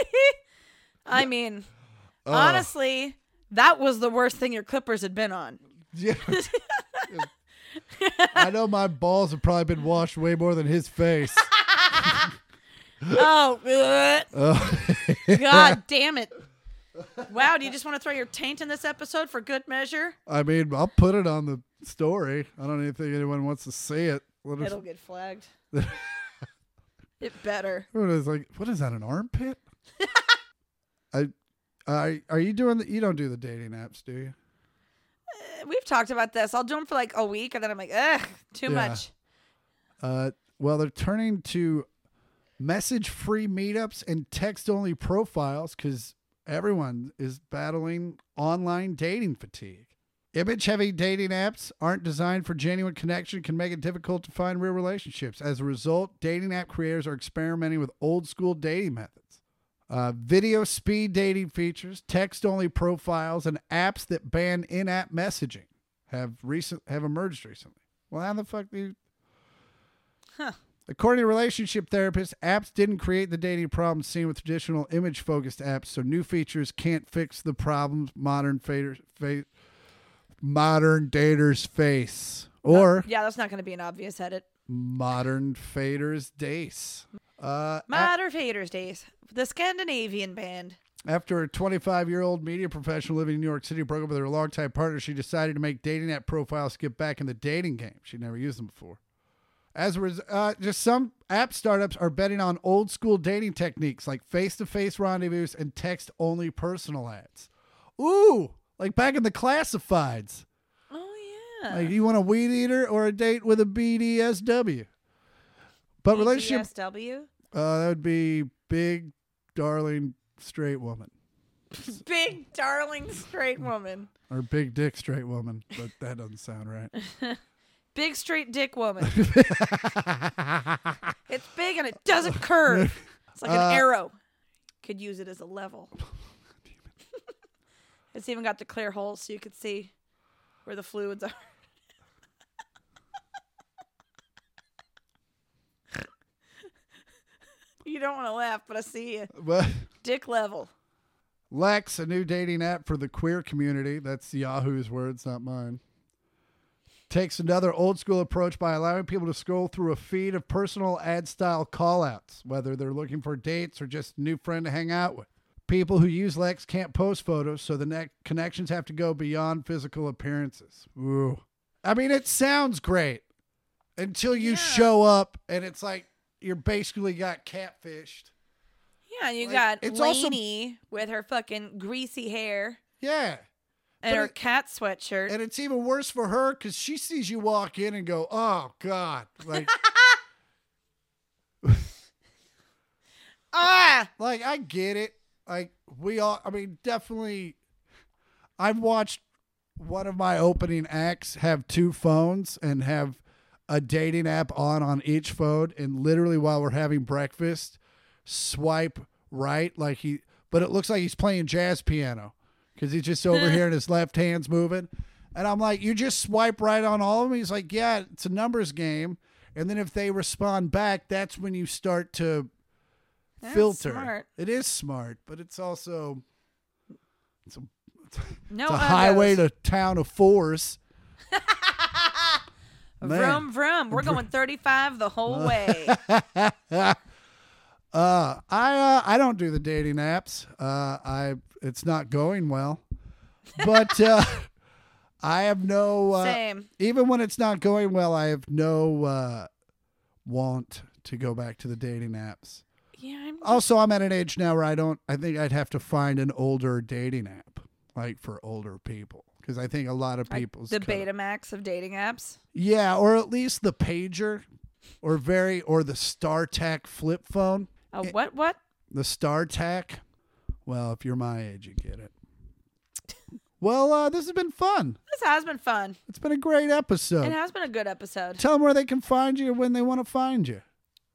S4: I mean,
S3: Uh,
S4: honestly, that was the worst thing your clippers had been on.
S3: Yeah. I know my balls have probably been washed way more than his face.
S4: Oh, ugh.
S3: Uh,
S4: God damn it. Wow, do you just want to throw your taint in this episode for good measure?
S3: I mean, I'll put it on the story. I don't even think anyone wants to see it. What is,
S4: It'll get flagged. it better.
S3: what is like what is that an armpit? I I are you doing the you don't do the dating apps, do you?
S4: Uh, We've talked about this. I'll do them for like a week and then I'm like, ugh, too
S3: Yeah.
S4: much.
S3: Uh, well, they're turning to message free meetups and text only profiles because everyone is battling online dating fatigue. Image heavy dating apps aren't designed for genuine connection, can make it difficult to find real relationships. As a result, dating app creators are experimenting with old school dating methods. Uh, video speed dating features, text only profiles, and apps that ban in app messaging have recent have emerged recently. Well, how the fuck do you According to relationship therapists, apps didn't create the dating problems seen with traditional image focused apps, so new features can't fix the problems modern faders, fa- modern daters face or
S4: Yeah, that's not going to be an obvious edit.
S3: modern faders dace. Uh, a-
S4: Matter Haters Days, the Scandinavian band.
S3: after a 25 year old media professional living in New York City broke up with her longtime partner, she decided to make dating app profiles get back in the dating game. She'd never used them before. As a result, uh, just some app startups are betting on old school dating techniques like face to face rendezvous and text only personal ads. Ooh, like back in the classifieds.
S4: Oh yeah.
S3: Like, you want a weed eater or a date with a BDSW? But
S4: E
S3: relationship,
S4: BDSW?
S3: uh, that would be big, darling, straight woman
S4: Big darling straight woman.
S3: or big dick straight woman. But that doesn't sound right.
S4: Big straight dick woman. it's big and it doesn't curve. It's like
S3: Uh,
S4: an arrow. Could use it as a level. it's even got the clear holes so you could see where the fluids are. you don't want to laugh, but I see you.
S3: But
S4: Dick level.
S3: Lex, a new dating app for the queer community. That's Yahoo's words, not mine. Takes another old school approach by allowing people to scroll through a feed of personal ad style call outs, whether they're looking for dates or just a new friend to hang out with. People who use Lex can't post photos, so the ne- connections have to go beyond physical appearances. Ooh. I mean, it sounds great until you
S4: Yeah.
S3: show up and it's like you're basically got catfished.
S4: Yeah, and you
S3: Like,
S4: got
S3: it's also-
S4: Lainey with her fucking greasy hair
S3: Yeah. But
S4: and her
S3: it-
S4: cat sweatshirt.
S3: And it's even worse for her because she sees you walk in and go, "Oh God!" Like,
S4: ah,
S3: like I get it. Like we all. I mean, definitely. I've watched one of my opening acts have two phones and have a dating app on on each phone, and literally while we're having breakfast, swipe right like he. But it looks like he's playing jazz piano because he's just over here and his left hand's moving. And I'm like, you just swipe right on all of them. He's like, yeah, it's a numbers game. And then if they respond back, that's when you start to
S4: That's
S3: filter.
S4: smart.
S3: It is smart, but it's also it's a, it's a
S4: no uggos.
S3: highway to town of fours. Man.
S4: Vroom vroom. We're going 35 the whole way.
S3: Uh, I uh, I don't do the dating apps. Uh, I it's not going well, but uh, I have no uh,
S4: Same.
S3: even when it's not going well, I have no uh, want to go back to the dating apps.
S4: Yeah, I'm
S3: Also, I'm at an age now where I don't. I think I'd have to find an older dating app, like for older people, because I think a lot of
S4: like
S3: people's
S4: the
S3: cut-
S4: Betamax of dating apps.
S3: Yeah, or at least the pager, or very, or the StarTAC flip phone.
S4: Uh, what what?
S3: The StarTAC. Well, if you're my age, you get it. Well, uh, this has been fun.
S4: This has been fun.
S3: It's been a great
S4: It
S3: episode.
S4: has been a good episode.
S3: Tell them where they can find you when they want to find you.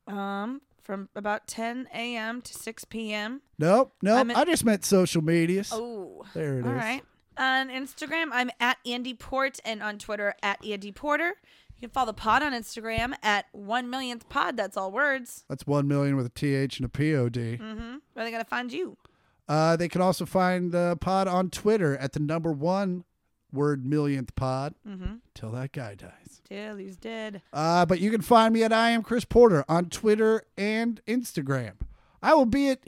S4: Um, from about 10 a.m. to 6 p.m.
S3: Nope, nope.
S4: I'm at-
S3: I just meant social medias.
S4: Oh,
S3: there it is.
S4: all right. On Instagram, I'm at Andy Port, and on Twitter at Andy Porter. You can follow the pod on Instagram at one millionth pod. That's all words.
S3: That's one million with a th and a pod.
S4: Mm-hmm. Where are they gonna find you?
S3: Uh, they can also find the pod on Twitter at the number one word millionth pod
S4: Mm-hmm.
S3: till that guy dies.
S4: Till he's dead.
S3: Uh, but you can find me at I am Chris Porter on Twitter and Instagram. I will be at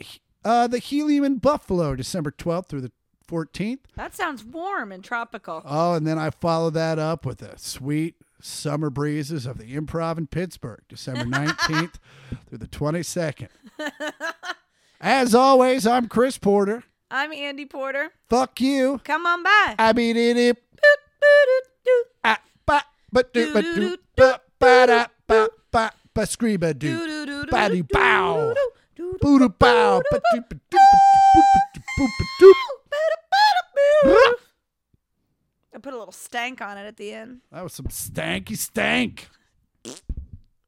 S3: uh, the Helium in Buffalo December 12th through the 14th.
S4: That sounds warm and tropical.
S3: Oh, and then I follow that up with the sweet summer breezes of the improv in Pittsburgh, December 19th through the 22nd. As always, I'm Chris Porter.
S4: I'm Andy Porter.
S3: Fuck you.
S4: Come on by.
S3: I beat it up.
S4: Boop-boop-doop-doop.
S3: Ah, ba, ba, do, ba, do, ba, ba, da, ba, ba, ba, scream, ba, do. Body bow. Boo, do, bow, ba, do, ba, do, ba, do, boop, ba, do, boop, ba, do. Ruh.
S4: I put a little stank on it at the end.
S3: That was some stanky stank.